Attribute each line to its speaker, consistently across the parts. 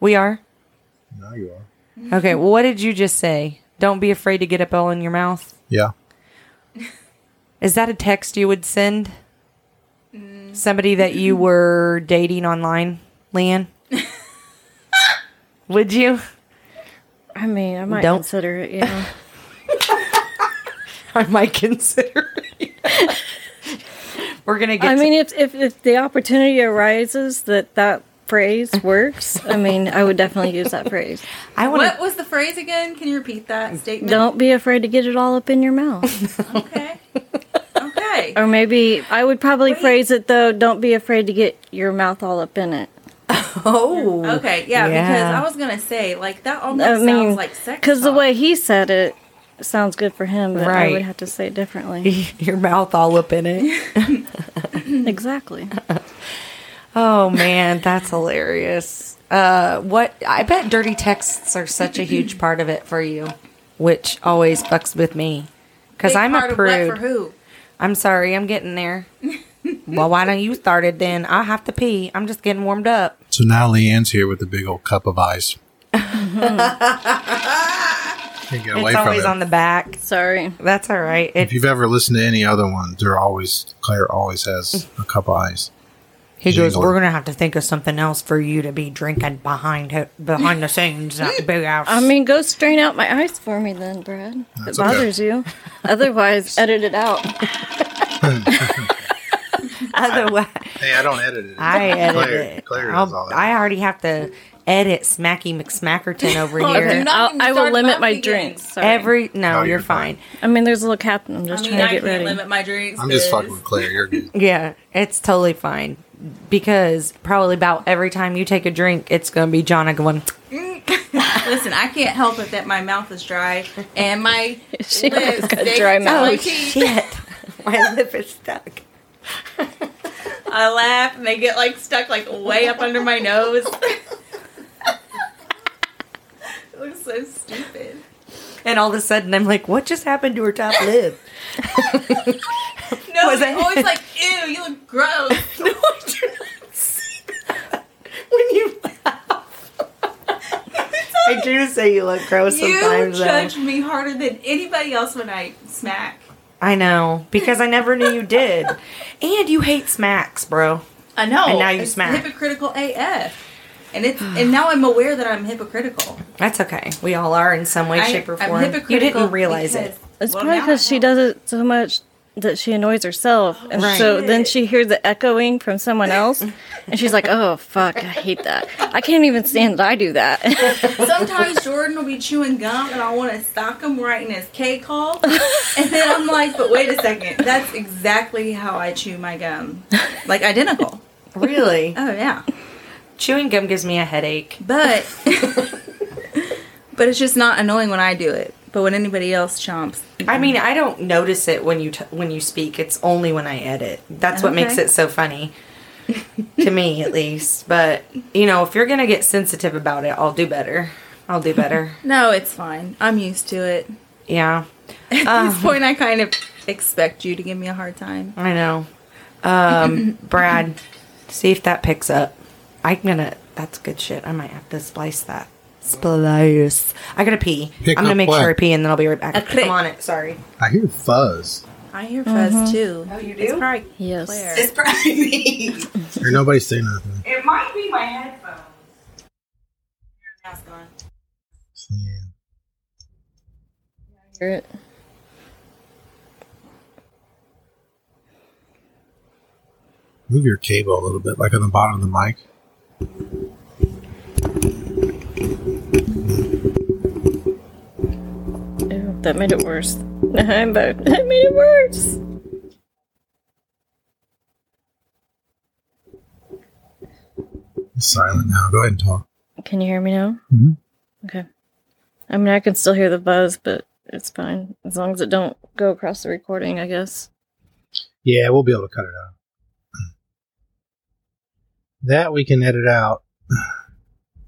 Speaker 1: We are?
Speaker 2: Now you are.
Speaker 1: Okay. well, what did you just say? Don't be afraid to get it all in your mouth.
Speaker 2: Yeah.
Speaker 1: Is that a text you would send somebody that you were dating online, Leanne? would you?
Speaker 3: I mean, I might
Speaker 1: Don't.
Speaker 3: consider it. Yeah.
Speaker 1: I might consider it. We're going to get
Speaker 3: I
Speaker 1: to-
Speaker 3: mean, if, if if the opportunity arises that that phrase works, I mean, I would definitely use that phrase.
Speaker 1: I want
Speaker 4: What
Speaker 1: to.
Speaker 4: was the phrase again? Can you repeat that statement?
Speaker 3: Don't be afraid to get it all up in your mouth.
Speaker 4: Okay. Okay.
Speaker 3: Or maybe I would probably phrase it though. Don't be afraid to get your mouth all up in it.
Speaker 1: Oh.
Speaker 4: Okay. Yeah, because
Speaker 1: Yeah.
Speaker 4: I was gonna say like that almost
Speaker 3: I mean,
Speaker 4: sounds like sex.
Speaker 3: because the
Speaker 4: talk.
Speaker 3: way he said it sounds good for him, but I
Speaker 1: Right.
Speaker 3: would have to say it differently.
Speaker 1: Your mouth all up in it.
Speaker 3: exactly.
Speaker 1: Oh man, that's hilarious. Uh, what I bet dirty texts are such a huge part of it for you, which always fucks with me because
Speaker 4: Big
Speaker 1: I'm
Speaker 4: part
Speaker 1: a
Speaker 4: of what for
Speaker 1: prude.
Speaker 4: who?
Speaker 1: I'm sorry, I'm getting there. well, why don't you start it then? I have to pee. I'm just getting warmed up.
Speaker 2: So now Leanne's here with a big old cup of ice. Can't get away
Speaker 1: it's
Speaker 2: from
Speaker 1: always
Speaker 2: it.
Speaker 1: on the back.
Speaker 3: Sorry.
Speaker 1: That's all right.
Speaker 2: if
Speaker 1: It,
Speaker 2: you've ever listened to any other one, they're always Claire always has a cup of ice.
Speaker 1: he goes,
Speaker 2: jingle.
Speaker 1: "We're gonna have to think of something else for you to be drinking behind ho- behind the scenes at the big house."
Speaker 3: I mean, go strain out my eyes for me then, Brad. If
Speaker 2: That's
Speaker 3: it
Speaker 2: okay.
Speaker 3: bothers you. Otherwise, edit it out.
Speaker 1: otherwise.
Speaker 2: Hey, I don't edit it.
Speaker 1: I edit
Speaker 2: Claire-
Speaker 1: it.
Speaker 2: Claire
Speaker 1: I'll-
Speaker 2: does all that.
Speaker 1: I already have to edit Smacky McSmackerton over here.
Speaker 4: do not
Speaker 3: I'll,
Speaker 4: even
Speaker 3: I will
Speaker 4: start
Speaker 3: limit
Speaker 4: up
Speaker 3: my
Speaker 4: again.
Speaker 3: drinks. Sorry.
Speaker 1: Every no,
Speaker 2: No,
Speaker 1: you're,
Speaker 2: you're
Speaker 1: fine.
Speaker 2: fine.
Speaker 3: I mean, there's a little cap. I'm
Speaker 4: I
Speaker 3: just
Speaker 4: mean,
Speaker 3: trying
Speaker 4: I
Speaker 3: to get
Speaker 4: can't
Speaker 3: ready.
Speaker 4: limit my drinks.
Speaker 2: I'm just
Speaker 4: 'cause-
Speaker 2: fucking with Claire. You're good.
Speaker 1: Yeah, it's totally fine because probably about every time you take a drink, it's gonna be Jonna going.
Speaker 4: Listen, I can't help it that my mouth is dry and my
Speaker 3: She
Speaker 4: lips
Speaker 3: got
Speaker 4: they
Speaker 3: dry
Speaker 4: can tell
Speaker 3: mouth.
Speaker 4: my
Speaker 1: Oh
Speaker 4: teeth.
Speaker 1: shit, my lip is stuck.
Speaker 4: I laugh and they get like stuck like way up under my nose. it looks so stupid.
Speaker 1: And all of a sudden, I'm like, what just happened to her top lip?
Speaker 4: No,
Speaker 1: Was
Speaker 4: it's
Speaker 1: it-
Speaker 4: always like, ew, you look gross.
Speaker 1: no, I do not see that. When you laugh, I do say you look gross
Speaker 4: you
Speaker 1: sometimes. though.
Speaker 4: judge me harder than anybody else when I smack.
Speaker 1: I know because I never knew you did, and you hate smacks, bro.
Speaker 4: I know.
Speaker 1: And now you
Speaker 4: it's
Speaker 1: smack.
Speaker 4: Hypocritical AF. And it's and now I'm aware that I'm hypocritical.
Speaker 1: That's okay. We all are in some way,
Speaker 4: I,
Speaker 1: shape, or
Speaker 4: I'm
Speaker 1: form.
Speaker 4: hypocritical.
Speaker 1: You didn't realize it.
Speaker 4: because-
Speaker 3: It's
Speaker 4: well,
Speaker 3: probably
Speaker 4: now I
Speaker 3: because she
Speaker 4: know.
Speaker 3: does it so much that she annoys herself, and
Speaker 1: Right.
Speaker 3: so then she hears the echoing from someone else, and she's like, "Oh fuck, I hate that. I can't even stand that I do that."
Speaker 4: Sometimes Jordan will be chewing gum and I want to sock him right in his K call. And then I'm like, but wait a second. That's exactly how I chew my gum. Like identical.
Speaker 1: Really?
Speaker 4: Oh, yeah.
Speaker 1: Chewing gum gives me a headache.
Speaker 4: But but it's just not annoying when I do it. But when anybody else chomps,
Speaker 1: I mean, I don't notice it when you t- when you speak. It's only when I edit. That's what makes
Speaker 4: Okay.
Speaker 1: it so funny to me, at least. But you know, if you're gonna get sensitive about it, I'll do better. I'll do better.
Speaker 4: no, it's fine. I'm used to it.
Speaker 1: Yeah,
Speaker 4: At
Speaker 1: Uh-huh.
Speaker 4: this point, I kind of expect you to give me a hard time.
Speaker 1: I know. Um, Brad, see if that picks up. I'm gonna. That's good shit. I might have to splice that. Splice. I gotta pee.
Speaker 2: Pick
Speaker 1: I'm gonna
Speaker 2: up
Speaker 1: make
Speaker 2: what?
Speaker 1: sure I pee, and then I'll be right back.
Speaker 4: A click.
Speaker 1: I'm on it. Sorry.
Speaker 2: I hear fuzz.
Speaker 4: I hear fuzz too.
Speaker 1: Uh-huh. Oh, you do?
Speaker 4: It's probably
Speaker 3: Yes.
Speaker 4: Claire.
Speaker 1: probably me.
Speaker 2: Or nobody say nothing.
Speaker 1: It might be my headphones.
Speaker 2: It's Leanne. Move your cable a little bit, like on the bottom of the mic.
Speaker 3: Ew, that made it worse. I'm bad. That made it worse.
Speaker 2: It's silent now. Go ahead and talk.
Speaker 3: Can you hear me now?
Speaker 2: Mhm.
Speaker 3: Okay. I mean, I can still hear the buzz, but it's fine as long as it don't go across the recording. I guess.
Speaker 2: Yeah, we'll be able to cut it out. That we can edit out.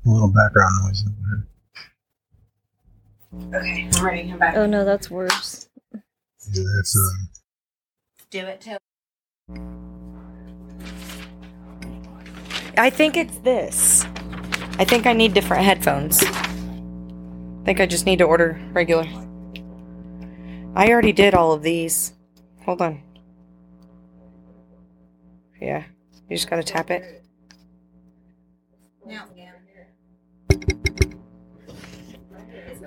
Speaker 2: A little background noise. in there.
Speaker 3: Oh no, that's worse.
Speaker 2: Yeah, that's um,
Speaker 1: I think it's this. I think I need different headphones. I think I just need to order regular. I already did all of these. Hold on. Yeah. You just gotta tap it.
Speaker 4: Now, yeah.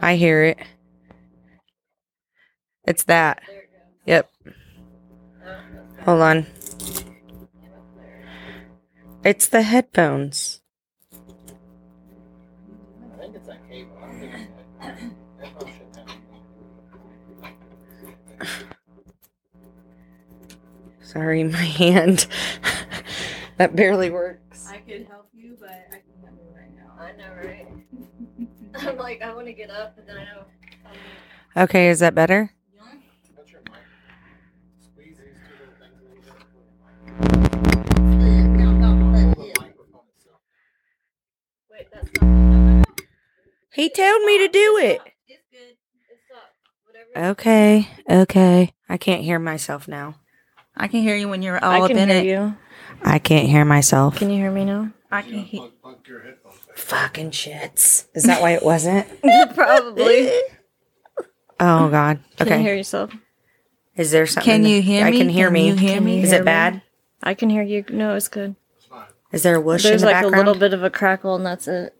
Speaker 1: I hear it. It's that. Yep. Hold on. It's the headphones. Sorry, my hand. that barely works.
Speaker 4: I could help you, but I can help you right now.
Speaker 3: I know, right? I'm like, I want to get up, but then I know.
Speaker 1: Okay, is that better?
Speaker 3: Wait, that's not.
Speaker 1: He told me to do it.
Speaker 4: It's good.
Speaker 1: Okay, okay. I can't hear myself now.
Speaker 4: I can hear you when you're all up in it.
Speaker 3: you.
Speaker 1: I can't hear myself.
Speaker 3: you hear me now?
Speaker 4: I can hear.
Speaker 1: Fucking shits. Is that why it wasn't?
Speaker 3: Probably.
Speaker 1: Oh God.
Speaker 3: Can you hear
Speaker 1: Okay.
Speaker 3: yourself?
Speaker 1: Is there something?
Speaker 4: Can you hear
Speaker 1: I
Speaker 4: me?
Speaker 1: can hear
Speaker 4: Can
Speaker 1: me.
Speaker 4: you hear Can me? you
Speaker 1: Is
Speaker 3: hear
Speaker 1: it
Speaker 3: me?
Speaker 1: bad?
Speaker 3: I can hear you. No, it's good.
Speaker 1: Is there a whoosh
Speaker 3: There's
Speaker 1: in the
Speaker 3: like
Speaker 1: background?
Speaker 3: a little bit of a crackle, and that's it.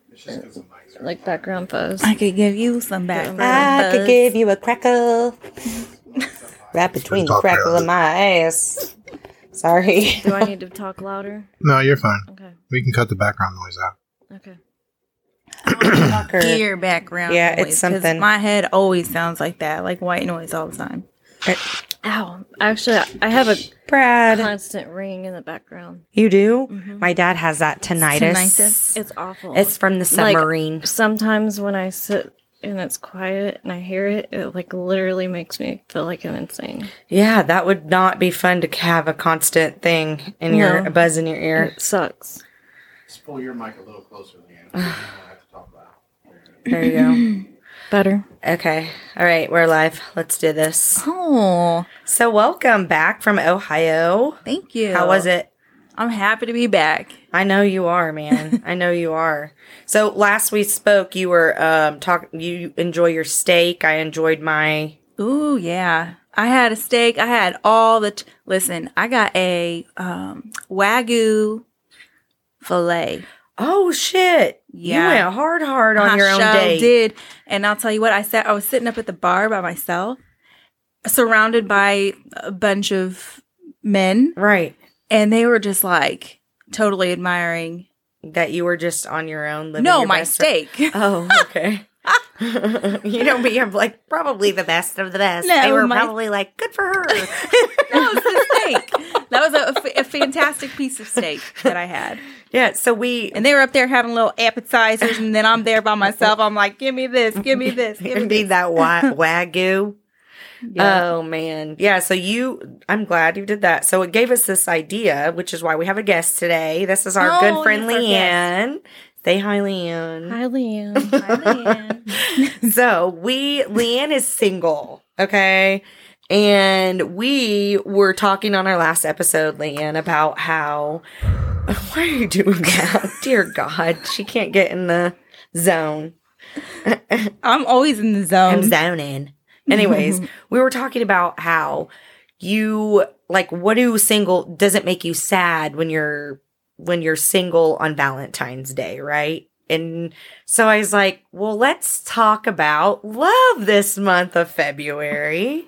Speaker 3: Like background fuzz.
Speaker 4: I could give you some background.
Speaker 1: I could
Speaker 4: buzz.
Speaker 1: give you a crackle right between the
Speaker 2: Talk about
Speaker 1: crackle
Speaker 2: it.
Speaker 1: of my ass. Sorry.
Speaker 3: Do I need to talk louder?
Speaker 2: No, you're fine.
Speaker 3: Okay.
Speaker 2: We can cut the background noise out.
Speaker 3: Okay.
Speaker 1: Fucker.
Speaker 4: Ear background.
Speaker 1: Yeah,
Speaker 4: noise,
Speaker 1: it's
Speaker 4: 'cause
Speaker 1: something.
Speaker 4: My head always sounds like that, like white noise all the time.
Speaker 3: Ow. Actually, I have a
Speaker 1: Brad,
Speaker 3: constant ringing in the background.
Speaker 1: you do?
Speaker 3: Mm-hmm.
Speaker 1: My dad has that tinnitus.
Speaker 4: Tinnitus.
Speaker 3: It's awful.
Speaker 1: It's from the
Speaker 3: Like,
Speaker 1: submarine.
Speaker 3: sometimes when I sit and it's quiet and I hear it, it like literally makes me feel like I'm insane.
Speaker 1: yeah, that would not be fun to have a constant thing in your
Speaker 3: No.
Speaker 1: a buzz in your ear.
Speaker 3: It sucks.
Speaker 5: Just pull your mic a little closer, Leanne. You don't have to talk loud.
Speaker 1: There you go.
Speaker 3: Better.
Speaker 1: Okay. All right. We're live. Let's do this.
Speaker 4: Oh,
Speaker 1: So, welcome back from Ohio.
Speaker 4: thank you.
Speaker 1: How was it?
Speaker 4: I'm happy to be back.
Speaker 1: I know you are, man. I know you are. So, last we spoke, you were um talk you enjoy your steak. I enjoyed my
Speaker 4: Ooh, yeah. I had a steak. I had all the. T- Listen, I got a um, wagyu fillet.
Speaker 1: Oh shit. You
Speaker 4: Yeah.
Speaker 1: went hard hard on
Speaker 4: I
Speaker 1: your own
Speaker 4: sure
Speaker 1: date.
Speaker 4: did. And I'll tell you what, I sat. I was sitting up at the bar by myself, surrounded by a bunch of men,
Speaker 1: Right.
Speaker 4: and they were just like totally admiring.
Speaker 1: That you were just on your own living
Speaker 4: No,
Speaker 1: your
Speaker 4: my
Speaker 1: best life.
Speaker 4: steak.
Speaker 1: Oh, okay. you know me, I'm like probably the best of the best.
Speaker 4: No,
Speaker 1: they were
Speaker 4: my-
Speaker 1: probably like, good for her.
Speaker 4: no, it's a steak. That was a, a fa- a fantastic piece of steak that I had.
Speaker 1: yeah, so we
Speaker 4: And they were up there having little appetizers, and then I'm there by myself. I'm like, give me this, give me this, give me
Speaker 1: It'd
Speaker 4: this.
Speaker 1: be that wa- wagyu.
Speaker 3: Yeah.
Speaker 1: Oh man, yeah. So you, I'm glad you did that. So it gave us this idea, which is why we have a guest today. This is our
Speaker 4: Oh,
Speaker 1: good friend
Speaker 4: yes, our
Speaker 1: Leanne. Say hi, Leanne.
Speaker 3: Hi, Leanne.
Speaker 4: Hi, Leanne.
Speaker 1: So we, Leanne is single, okay? And we were talking on our last episode, Leanne, about how. Why are you doing that? Dear God, she can't get in the zone.
Speaker 4: I'm always in the
Speaker 1: I'm
Speaker 4: zone.
Speaker 1: zoning. Anyways, we were talking about how you like what do single does it make you sad when you're when you're single on Valentine's Day, right? And so I was like, well, let's talk about love this month of February.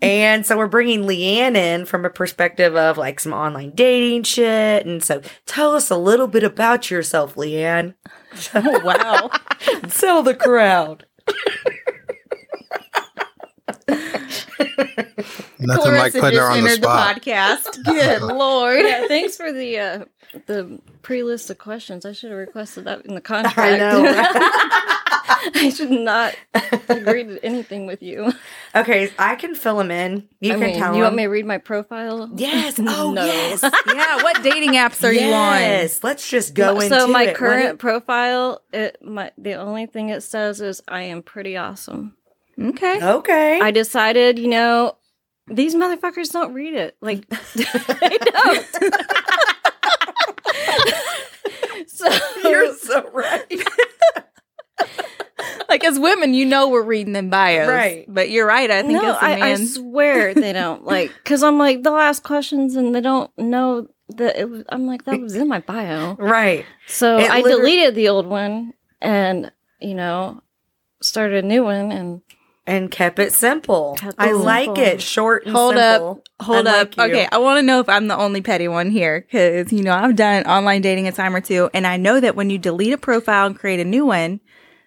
Speaker 1: and so we're bringing Leanne in from a perspective of like some online dating shit. And so tell us a little bit about yourself, Leanne.
Speaker 4: Oh, wow.
Speaker 1: Tell the crowd.
Speaker 2: Nothing like putting her on the spot.
Speaker 4: podcast. Good Lord.
Speaker 3: Yeah, thanks for the uh, the pre list of questions. I should have requested that in the contract.
Speaker 1: I know. right?
Speaker 3: I should not agree to anything with you.
Speaker 1: Okay, I can fill them in. You
Speaker 3: I
Speaker 1: can
Speaker 3: mean,
Speaker 1: tell
Speaker 3: you want
Speaker 1: them.
Speaker 3: me to read my profile?
Speaker 1: yes. Oh,
Speaker 3: No.
Speaker 1: yes. Are
Speaker 4: Yeah, what dating apps are you on?
Speaker 1: yes. Let's just go into
Speaker 3: so my
Speaker 1: it. What
Speaker 3: current
Speaker 1: it-
Speaker 3: profile, it my the only thing it says is I am pretty awesome.
Speaker 4: Okay.
Speaker 1: okay.
Speaker 3: I decided, you know, these motherfuckers don't read it. Like, they don't. So,
Speaker 1: You're so right.
Speaker 4: Like as women, you know we're reading them bios,
Speaker 1: Right.
Speaker 4: But you're right. I think
Speaker 3: no,
Speaker 4: as a man,
Speaker 3: I, I swear they don't like because I'm like they'll ask questions and they don't know that it was, I'm like that was in my bio.
Speaker 1: Right.
Speaker 3: So
Speaker 1: It
Speaker 3: I
Speaker 1: liter-
Speaker 3: deleted the old one and you know started a new one and
Speaker 1: And kept it simple.
Speaker 3: Kept it
Speaker 1: I like
Speaker 3: simple.
Speaker 1: it short and
Speaker 4: Hold up.
Speaker 1: simple.
Speaker 4: hold
Speaker 1: Unlike
Speaker 4: up.
Speaker 1: you.
Speaker 4: Okay, I want to know if I'm the only petty one here because you know I've done online dating a time or two, and I know that when you delete a profile and create a new one,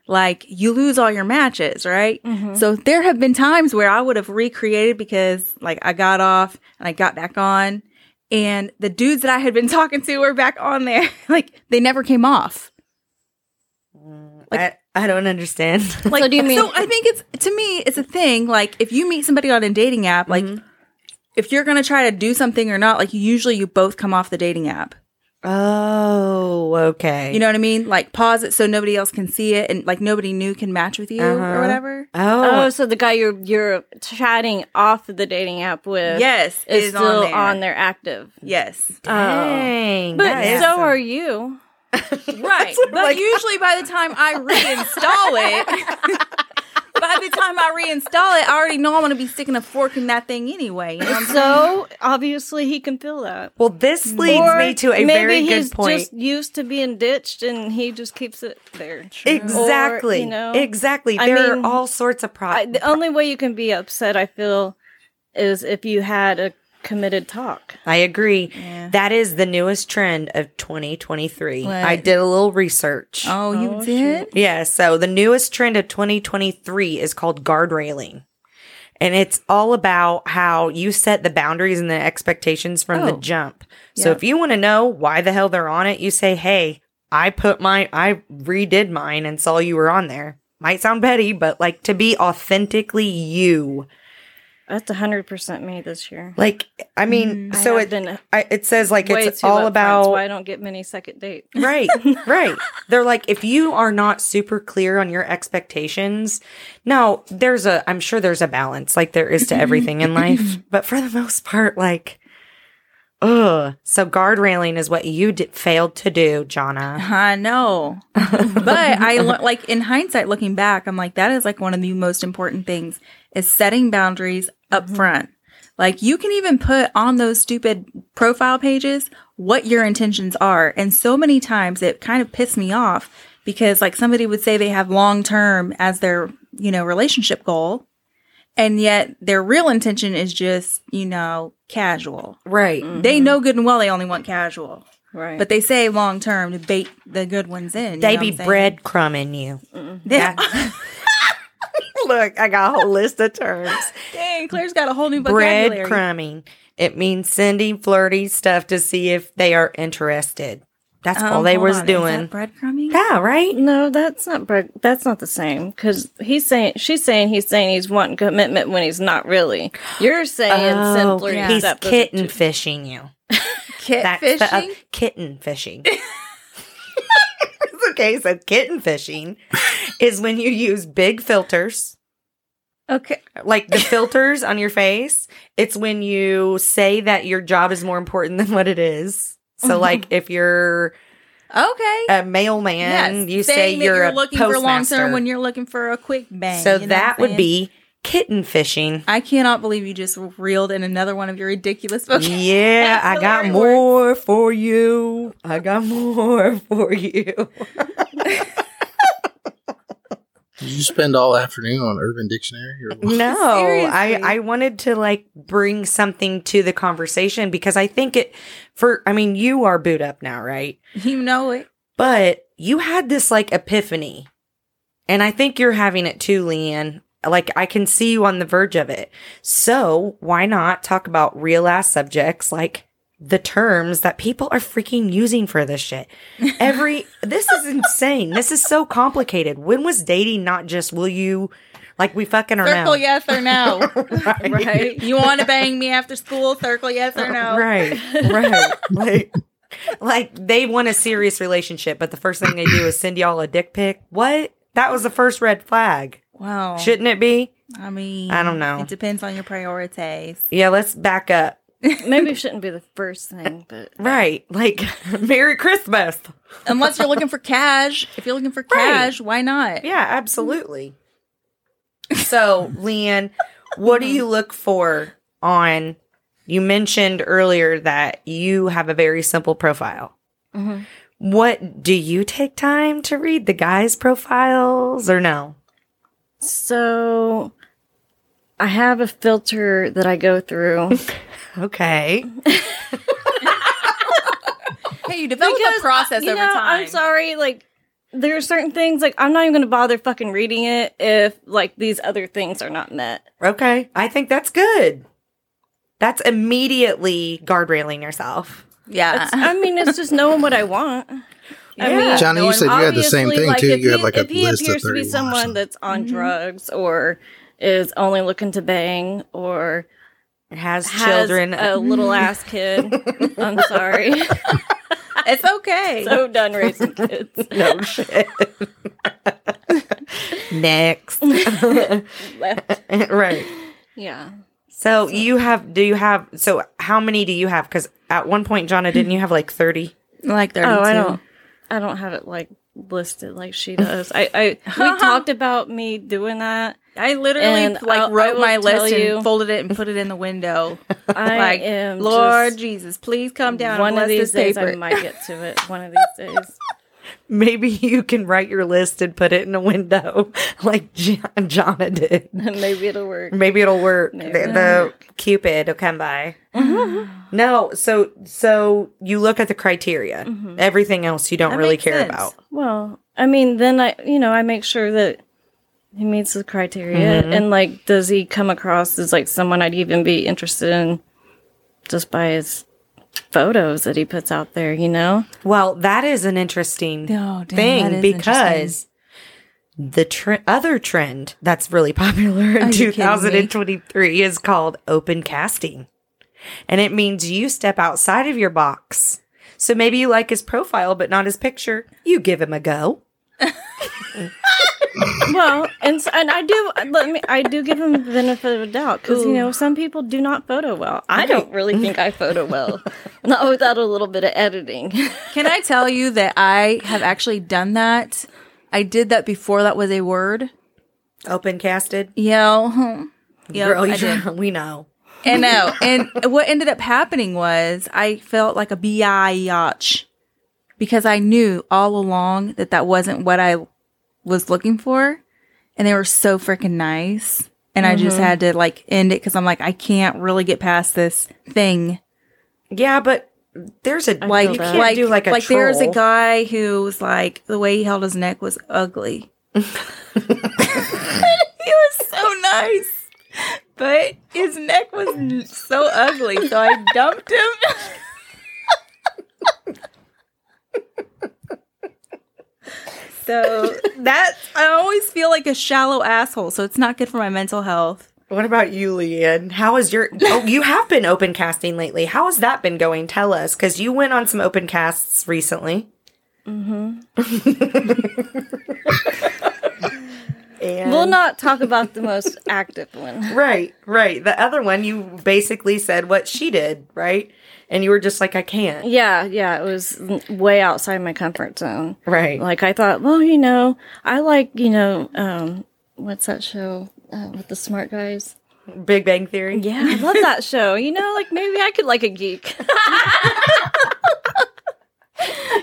Speaker 4: like you lose all your matches, right? So there have been times where I would have recreated because like I got off and I got back on, and the dudes that I had been talking to were back on there. like they never came off.
Speaker 1: I, I don't understand.
Speaker 4: Like,
Speaker 3: So do you mean-
Speaker 4: So I think it's to me, it's a thing. Like if you meet somebody on a dating app, like
Speaker 3: Mm-hmm.
Speaker 4: if you're gonna try to do something or not, like usually you both come off the dating app.
Speaker 1: Oh, okay.
Speaker 4: You know what I mean? Like pause it so nobody else can see it, and like nobody new can match with you
Speaker 1: Uh-huh.
Speaker 4: or whatever.
Speaker 1: Oh,
Speaker 3: oh so the guy you're you're chatting off the dating app with
Speaker 4: Yes,
Speaker 3: is, still on there. active.
Speaker 4: Yes,
Speaker 1: dang.
Speaker 3: oh. But
Speaker 1: that is
Speaker 3: so
Speaker 1: some-
Speaker 3: are you.
Speaker 4: right. But usually by the time I reinstall it. By the time I reinstall it, I already know I'm going to be sticking a fork in that thing anyway. You know what I'm
Speaker 3: So obviously he can feel that.
Speaker 1: Well, this leads
Speaker 3: Or
Speaker 1: me to a
Speaker 3: maybe
Speaker 1: very good
Speaker 3: he's
Speaker 1: point.
Speaker 3: just used to being ditched and he just keeps it there.
Speaker 1: exactly.
Speaker 3: Or, you know,
Speaker 1: exactly.
Speaker 3: I
Speaker 1: there
Speaker 3: mean,
Speaker 1: are all sorts of
Speaker 3: I,
Speaker 1: problems.
Speaker 3: the only way you can be upset, I feel, is if you had a committed talk.
Speaker 1: I agree.
Speaker 4: Yeah.
Speaker 1: That is the newest trend of 2023.
Speaker 4: What?
Speaker 1: I did a little research.
Speaker 4: Oh, you
Speaker 3: Oh,
Speaker 4: did?
Speaker 1: Yeah, so the newest trend of 2023 is called guardrailing. And it's all about how you set the boundaries and the expectations from the
Speaker 4: Oh.
Speaker 1: jump. So
Speaker 4: Yeah.
Speaker 1: if you want to know why the hell they're on it, you say, "Hey, I put my I redid mine and saw you were on there." Might sound petty, but like to be authentically you.
Speaker 3: That's 100% me this year.
Speaker 1: Like I mean,
Speaker 3: Mm, I
Speaker 1: so
Speaker 3: have
Speaker 1: it
Speaker 3: been uh,
Speaker 1: I, it says like
Speaker 3: way
Speaker 1: it's
Speaker 3: too
Speaker 1: all
Speaker 3: upfront,
Speaker 1: about
Speaker 3: so I don't get many second dates.
Speaker 1: Right, right. They're like, if you are not super clear on your expectations, now there's a, I'm sure there's a balance like there is to everything in life. But for the most part, like, ugh. So guardrailing is what you did, failed to do, Jonna.
Speaker 4: I know. but I lo- like in hindsight looking back, I'm like that is like one of the most important things is setting boundaries up front. Like you can even put on those stupid profile pages what your intentions are. And so many times it kind of pissed me off because like somebody would say they have long term as their, you know, relationship goal and yet their real intention is just, you know, casual.
Speaker 1: Right.
Speaker 4: They Mm. know good and well they only want casual.
Speaker 3: Right.
Speaker 4: But they say long term to bait the good ones in. you
Speaker 1: They
Speaker 4: know
Speaker 1: be
Speaker 4: what I'm saying?
Speaker 1: breadcrumbing you.
Speaker 4: Yeah.
Speaker 1: Look, I got a whole list of terms.
Speaker 4: Dang, Claire's got a whole new vocabulary.
Speaker 1: breadcrumbing. It means sending flirty stuff to see if they are interested. That's
Speaker 4: Um,
Speaker 1: all they
Speaker 4: hold
Speaker 1: was
Speaker 4: on, is
Speaker 1: doing.
Speaker 4: that breadcrumbing.
Speaker 1: yeah, right?
Speaker 3: no, that's not bre- that's not the same because he's saying she's saying he's saying he's wanting commitment when he's not really. You're saying simpler
Speaker 4: yeah.
Speaker 1: Oh, He's
Speaker 3: stuff.
Speaker 1: kitten fishing you.
Speaker 4: Kit
Speaker 1: That's
Speaker 4: fishing.
Speaker 1: the uh, kitten fishing. It's okay, so kitten fishing is when you use big filters,
Speaker 4: okay.
Speaker 1: like the filters on your face. It's when you say that your job is more important than what it is.
Speaker 4: Mm-hmm.
Speaker 1: So, like if you're
Speaker 4: Okay.
Speaker 1: a mailman,
Speaker 4: Yes,
Speaker 1: you say
Speaker 4: saying that
Speaker 1: you're, a
Speaker 4: looking for long term when you're looking for a quick bang.
Speaker 1: so
Speaker 4: you know
Speaker 1: that
Speaker 4: what
Speaker 1: would
Speaker 4: I'm saying?
Speaker 1: be kitten fishing.
Speaker 4: I cannot believe you just reeled in another one of your ridiculous vocabulary.
Speaker 1: Yeah, I got
Speaker 4: Vocabulary
Speaker 1: more for you. I got more for you.
Speaker 2: Did you spend all afternoon on Urban Dictionary? Or what?
Speaker 1: No, I,
Speaker 4: Seriously.
Speaker 1: I wanted to like bring something to the conversation because I think it for I mean you are boot up now, right?
Speaker 4: You know it.
Speaker 1: But you had this like epiphany. And I think you're having it too, Leanne. Like I can see you on the verge of it. So why not talk about real ass subjects like the terms that people are freaking using for this shit. Every this is insane. This is so complicated. When was dating not just will you like we fucking are now?
Speaker 4: Circle yes or no.
Speaker 1: right.
Speaker 4: right. You want to bang me after school? Circle yes or no.
Speaker 1: Right. Right. like, like they want a serious relationship, but the first thing they do is send y'all a dick pic. What? That was the first red flag.
Speaker 4: Wow.
Speaker 1: Shouldn't it be?
Speaker 4: I mean,
Speaker 1: I don't know.
Speaker 4: It depends on your priorities.
Speaker 1: Yeah, let's back up.
Speaker 3: Maybe it shouldn't be the first thing, but
Speaker 1: Right. Like, Merry Christmas.
Speaker 4: Unless you're looking for cash. If you're looking for cash, why not?
Speaker 1: Yeah, absolutely. So, Leanne, what do you look for on? You mentioned earlier that you have a very simple profile. Mm-hmm.
Speaker 3: Mhm.
Speaker 1: What do you take time to read the guys' profiles or no?
Speaker 3: so I have a filter that I go through.
Speaker 1: Okay.
Speaker 4: Hey, you develop a process
Speaker 3: you
Speaker 4: over
Speaker 3: know,
Speaker 4: time.
Speaker 3: I'm sorry, like there are certain things like I'm not even gonna bother fucking reading it if like these other things are not met.
Speaker 1: Okay. I think that's good. That's immediately guardrailing yourself.
Speaker 4: Yeah.
Speaker 3: It's- I mean, it's just knowing what I want. I
Speaker 1: Uh. Yeah.
Speaker 3: mean,
Speaker 2: Johnny, you said you had the same
Speaker 3: obviously,
Speaker 2: thing,
Speaker 3: like,
Speaker 2: too.
Speaker 3: if
Speaker 2: You had,
Speaker 3: he-
Speaker 2: like, a
Speaker 3: if he
Speaker 2: list of
Speaker 3: appears to
Speaker 2: 31
Speaker 3: be
Speaker 2: or
Speaker 3: someone
Speaker 2: something.
Speaker 3: that's on
Speaker 1: Mm-hmm.
Speaker 3: drugs or is only looking to bang or
Speaker 1: It has,
Speaker 3: has
Speaker 1: children.
Speaker 3: a little ass kid. I'm sorry,
Speaker 4: It's okay.
Speaker 3: so done raising kids.
Speaker 1: no shit. Next.
Speaker 3: Left.
Speaker 1: right.
Speaker 3: Yeah,
Speaker 1: So you have do you have so how many do you have? Because at one point, Jonna, didn't you have like thirty?
Speaker 4: like 32.
Speaker 3: Oh, I don't. I don't have it like listed like she does. I, I we talked about me doing that.
Speaker 4: I literally
Speaker 3: And
Speaker 4: like
Speaker 3: I'll- I
Speaker 4: wrote
Speaker 3: will
Speaker 4: my
Speaker 3: tell
Speaker 4: list
Speaker 3: you-
Speaker 4: and folded it and put it in the window.
Speaker 3: I
Speaker 4: like,
Speaker 3: am
Speaker 4: Lord
Speaker 3: just-
Speaker 4: Jesus, please come down
Speaker 3: one
Speaker 4: and bless
Speaker 3: of these
Speaker 4: this
Speaker 3: days
Speaker 4: paper.
Speaker 3: I might get to it. One of these days.
Speaker 1: Maybe you can write your list and put it in a window like J- Jonna did.
Speaker 3: Maybe it'll work.
Speaker 1: Maybe it'll work.
Speaker 3: Maybe
Speaker 1: the,
Speaker 3: it'll
Speaker 1: the Cupid will come by. no, so so you look at the criteria. Everything else you don't
Speaker 4: That
Speaker 1: really
Speaker 4: makes
Speaker 1: care
Speaker 4: sense.
Speaker 1: about.
Speaker 3: Well, I mean, then I, you know, I make sure that he meets the criteria, and like, does he come across as like someone I'd even be interested in just by his photos that he puts out there? You know,
Speaker 1: Well, that is an interesting
Speaker 4: Oh, damn, that
Speaker 1: thing
Speaker 4: is
Speaker 1: because the tr other trend that's really popular in
Speaker 4: Are you kidding me?
Speaker 1: 2023 is called open casting. And it means you step outside of your box. So maybe you like his profile, but not his picture. You give him a go.
Speaker 3: well, and s- and I do let me, I do give him the benefit of the doubt because you know some people do not photo well. I don't really think I photo well, not without a little bit of editing.
Speaker 4: Can I tell you that I have actually done that? I did that before that was a word.
Speaker 1: Open casted.
Speaker 4: Yeah. Yeah,
Speaker 1: Girl,
Speaker 4: I
Speaker 1: you-
Speaker 4: did.
Speaker 1: we know.
Speaker 4: I know. And what ended up happening was I felt like a biatch because I knew all along that that wasn't what I was looking for. And they were so freaking nice. And I just had to like end it because I'm like, I can't really get past this thing.
Speaker 1: Yeah, but there's a
Speaker 4: Like,
Speaker 1: like you can't
Speaker 4: like,
Speaker 1: do like a
Speaker 4: like
Speaker 1: troll.
Speaker 4: there's a guy who was like, the way he held his neck was ugly. he was so nice. But his neck was n- so ugly, so I dumped him. so that I always feel like a shallow asshole, so it's not good for my mental health.
Speaker 1: What about you, Leanne? How is your? Oh, you have been open casting lately. How has that been going? Tell us, because you went on some open casts recently. Mm-hmm. and
Speaker 3: We'll not talk about the most active one.
Speaker 1: right, right. The other one, you basically said what she did, right? And you were just like, I can't.
Speaker 3: Yeah, yeah, it was way outside my comfort zone.
Speaker 1: Right.
Speaker 3: Like I thought, well, you know, I like, you know, um, what's that show uh, with the smart guys?
Speaker 1: Big Bang Theory.
Speaker 3: Yeah, I love that show. You know, like maybe I could like a geek.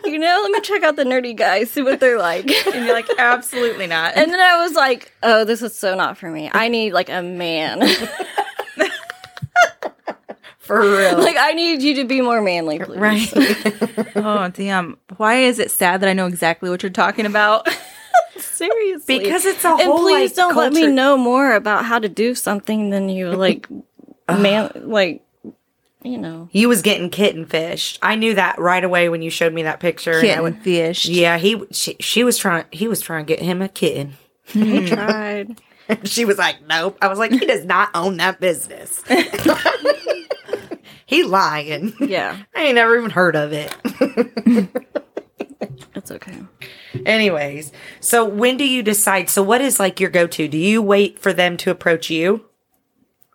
Speaker 3: you know, let me check out the nerdy guys, see what they're like.
Speaker 4: And you're like, absolutely not.
Speaker 3: And then I was like, oh, this is so not for me. I need like a man. like
Speaker 1: for real.
Speaker 3: I need you to be more manly, please.
Speaker 1: right.
Speaker 4: oh damn. Why is it sad that I know exactly what you're talking about?
Speaker 3: Seriously.
Speaker 1: Because it's a
Speaker 3: and
Speaker 1: whole,
Speaker 3: please
Speaker 1: like,
Speaker 3: don't let me
Speaker 1: culture-
Speaker 3: know more about how to do something than you like man like you know
Speaker 1: You was getting kitten fished. I knew that right away when you showed me that picture. and I went-
Speaker 4: Kitten fish.
Speaker 1: Yeah, he she, she was trying he was trying to get him a kitten.
Speaker 3: he tried
Speaker 1: She was like, "Nope." I was like, "He does not own that business." he lying.
Speaker 3: yeah
Speaker 1: I ain't never even heard of it.
Speaker 3: it's okay
Speaker 1: Anyways, so when do you decide? So what is like your go-to? Do you wait for them to approach you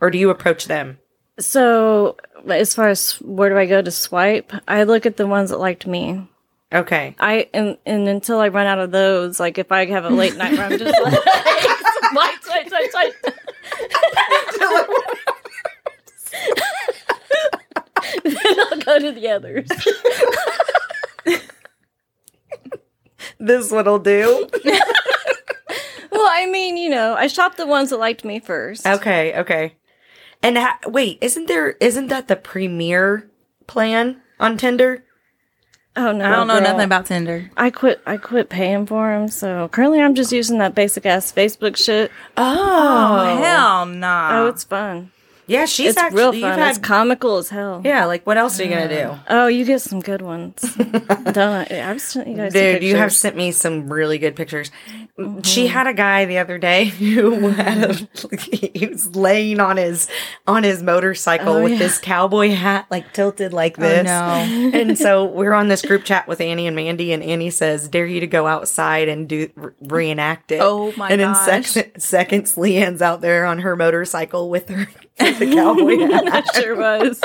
Speaker 1: or do you approach them?
Speaker 3: so as far as where do I go to swipe, I look at the ones that liked me.
Speaker 1: Okay.
Speaker 3: I and, and until I run out of those, like if I have a late night where I'm just like swipe, swipe, swipe, swipe. then I'll go to the others.
Speaker 1: This one'll do.
Speaker 3: Well, I mean, you know, I shop the ones that liked me first.
Speaker 1: Okay, okay. And ha- wait, isn't there isn't that the premier plan on Tinder?
Speaker 3: Oh no,
Speaker 4: I don't know
Speaker 3: girl.
Speaker 4: nothing about Tinder.
Speaker 3: I quit. I quit paying for them. So currently, I'm just using that basic ass Facebook shit.
Speaker 1: Oh,
Speaker 4: Hell nah.
Speaker 3: Oh, it's fun.
Speaker 1: yeah, she's
Speaker 3: it's
Speaker 1: actually
Speaker 3: real
Speaker 1: you've
Speaker 3: fun. it's
Speaker 1: had-
Speaker 3: comical as hell.
Speaker 1: yeah, like what else are you gonna do?
Speaker 3: Oh, you get some good ones. Don't I? I've sent you guys. some
Speaker 1: Dude, you have
Speaker 3: pictures.
Speaker 1: sent me some really good pictures.
Speaker 4: Mm-hmm.
Speaker 1: She had a guy the other day who had a, he was laying on his on his motorcycle
Speaker 3: Oh,
Speaker 1: with
Speaker 3: yeah.
Speaker 1: this cowboy hat like tilted like this.
Speaker 4: Oh, no.
Speaker 1: and so we're on this group chat with Annie and Mandy, and Annie says, "Dare you to go outside and do re- reenact it."
Speaker 4: Oh, my
Speaker 1: And in
Speaker 4: gosh.
Speaker 1: sec- seconds, Leanne's out there on her motorcycle with her with the cowboy hat.
Speaker 3: I sure was.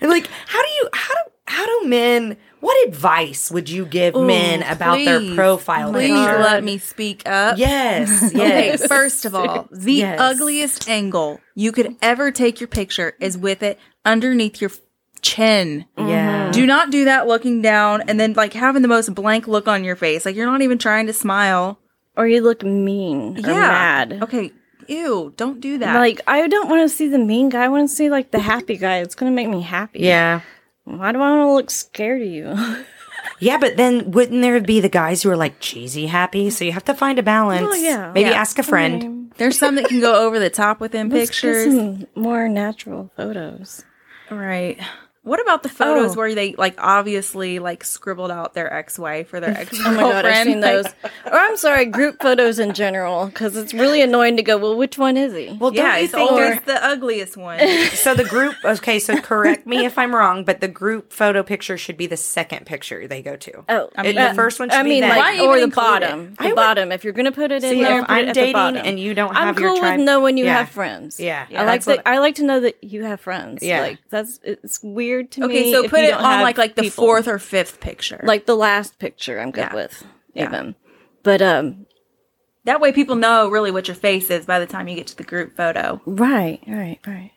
Speaker 1: And like, how do you how do how do men? What advice would you give men about their
Speaker 4: please,
Speaker 1: profile
Speaker 4: Please
Speaker 1: picture?
Speaker 4: let me speak up.
Speaker 1: Yes, yes.
Speaker 4: Okay, first of all, the
Speaker 1: Yes.
Speaker 4: ugliest angle you could ever take your picture is with it underneath your chin.
Speaker 1: yeah.
Speaker 4: Do not do that looking down and then like having the most blank look on your face. Like you're not even trying to smile.
Speaker 3: Or you look mean or mad.
Speaker 4: Okay. Ew, don't do that.
Speaker 3: Like I don't want to see the mean guy. I want to see like the happy guy. It's gonna make me happy.
Speaker 1: yeah.
Speaker 3: Why do I want to look scared of you?
Speaker 1: Yeah, but then wouldn't there be the guys who are like cheesy happy? So you have to find a balance.
Speaker 3: Oh, yeah.
Speaker 1: Maybe
Speaker 4: Yeah.
Speaker 1: ask a friend.
Speaker 4: There's some that can go over the top with them
Speaker 3: Let's get
Speaker 4: pictures.
Speaker 3: some more natural photos.
Speaker 4: Right. What about the photos
Speaker 3: Oh.
Speaker 4: where they like obviously like scribbled out their ex-wife or their ex
Speaker 3: Oh my god, I've seen
Speaker 4: girlfriend?
Speaker 3: those. or I'm sorry, group photos in general, because it's really annoying to go. Well, which one is he?
Speaker 1: Well, don't
Speaker 4: yeah,
Speaker 1: you
Speaker 4: it's
Speaker 1: think
Speaker 4: always the ugliest one.
Speaker 1: So the group, okay, so correct me if I'm wrong, but the group photo picture should be the second picture they go to.
Speaker 3: oh,
Speaker 1: It-
Speaker 4: uh,
Speaker 1: the first one should
Speaker 3: I
Speaker 1: be
Speaker 3: mean,
Speaker 1: that.
Speaker 4: Why
Speaker 3: like,
Speaker 4: you
Speaker 3: or
Speaker 4: even
Speaker 3: the
Speaker 4: include
Speaker 3: bottom. The
Speaker 1: I would-
Speaker 3: bottom. If you're gonna put it in
Speaker 1: See,
Speaker 3: there,
Speaker 1: if
Speaker 3: put it
Speaker 1: I'm
Speaker 3: at the
Speaker 1: dating
Speaker 3: bottom.
Speaker 1: and you don't
Speaker 3: I'm
Speaker 1: have your
Speaker 3: cool
Speaker 1: tribe,
Speaker 3: with knowing you
Speaker 1: Yeah.
Speaker 3: have friends.
Speaker 1: Yeah.
Speaker 3: I like
Speaker 1: That's what-
Speaker 3: that. I like to know that you have friends.
Speaker 1: Yeah.
Speaker 3: like that's it's weird to me.
Speaker 4: Okay, so
Speaker 3: if
Speaker 4: put
Speaker 3: you
Speaker 4: it
Speaker 3: don't
Speaker 4: on
Speaker 3: have
Speaker 4: like like the
Speaker 3: people.
Speaker 4: fourth or fifth picture.
Speaker 3: like the last picture. I'm good
Speaker 4: Yeah.
Speaker 3: with
Speaker 4: Yeah.
Speaker 3: even, but um,
Speaker 4: that way people know really what your face is by the time you get to the group photo.
Speaker 3: right, right, right.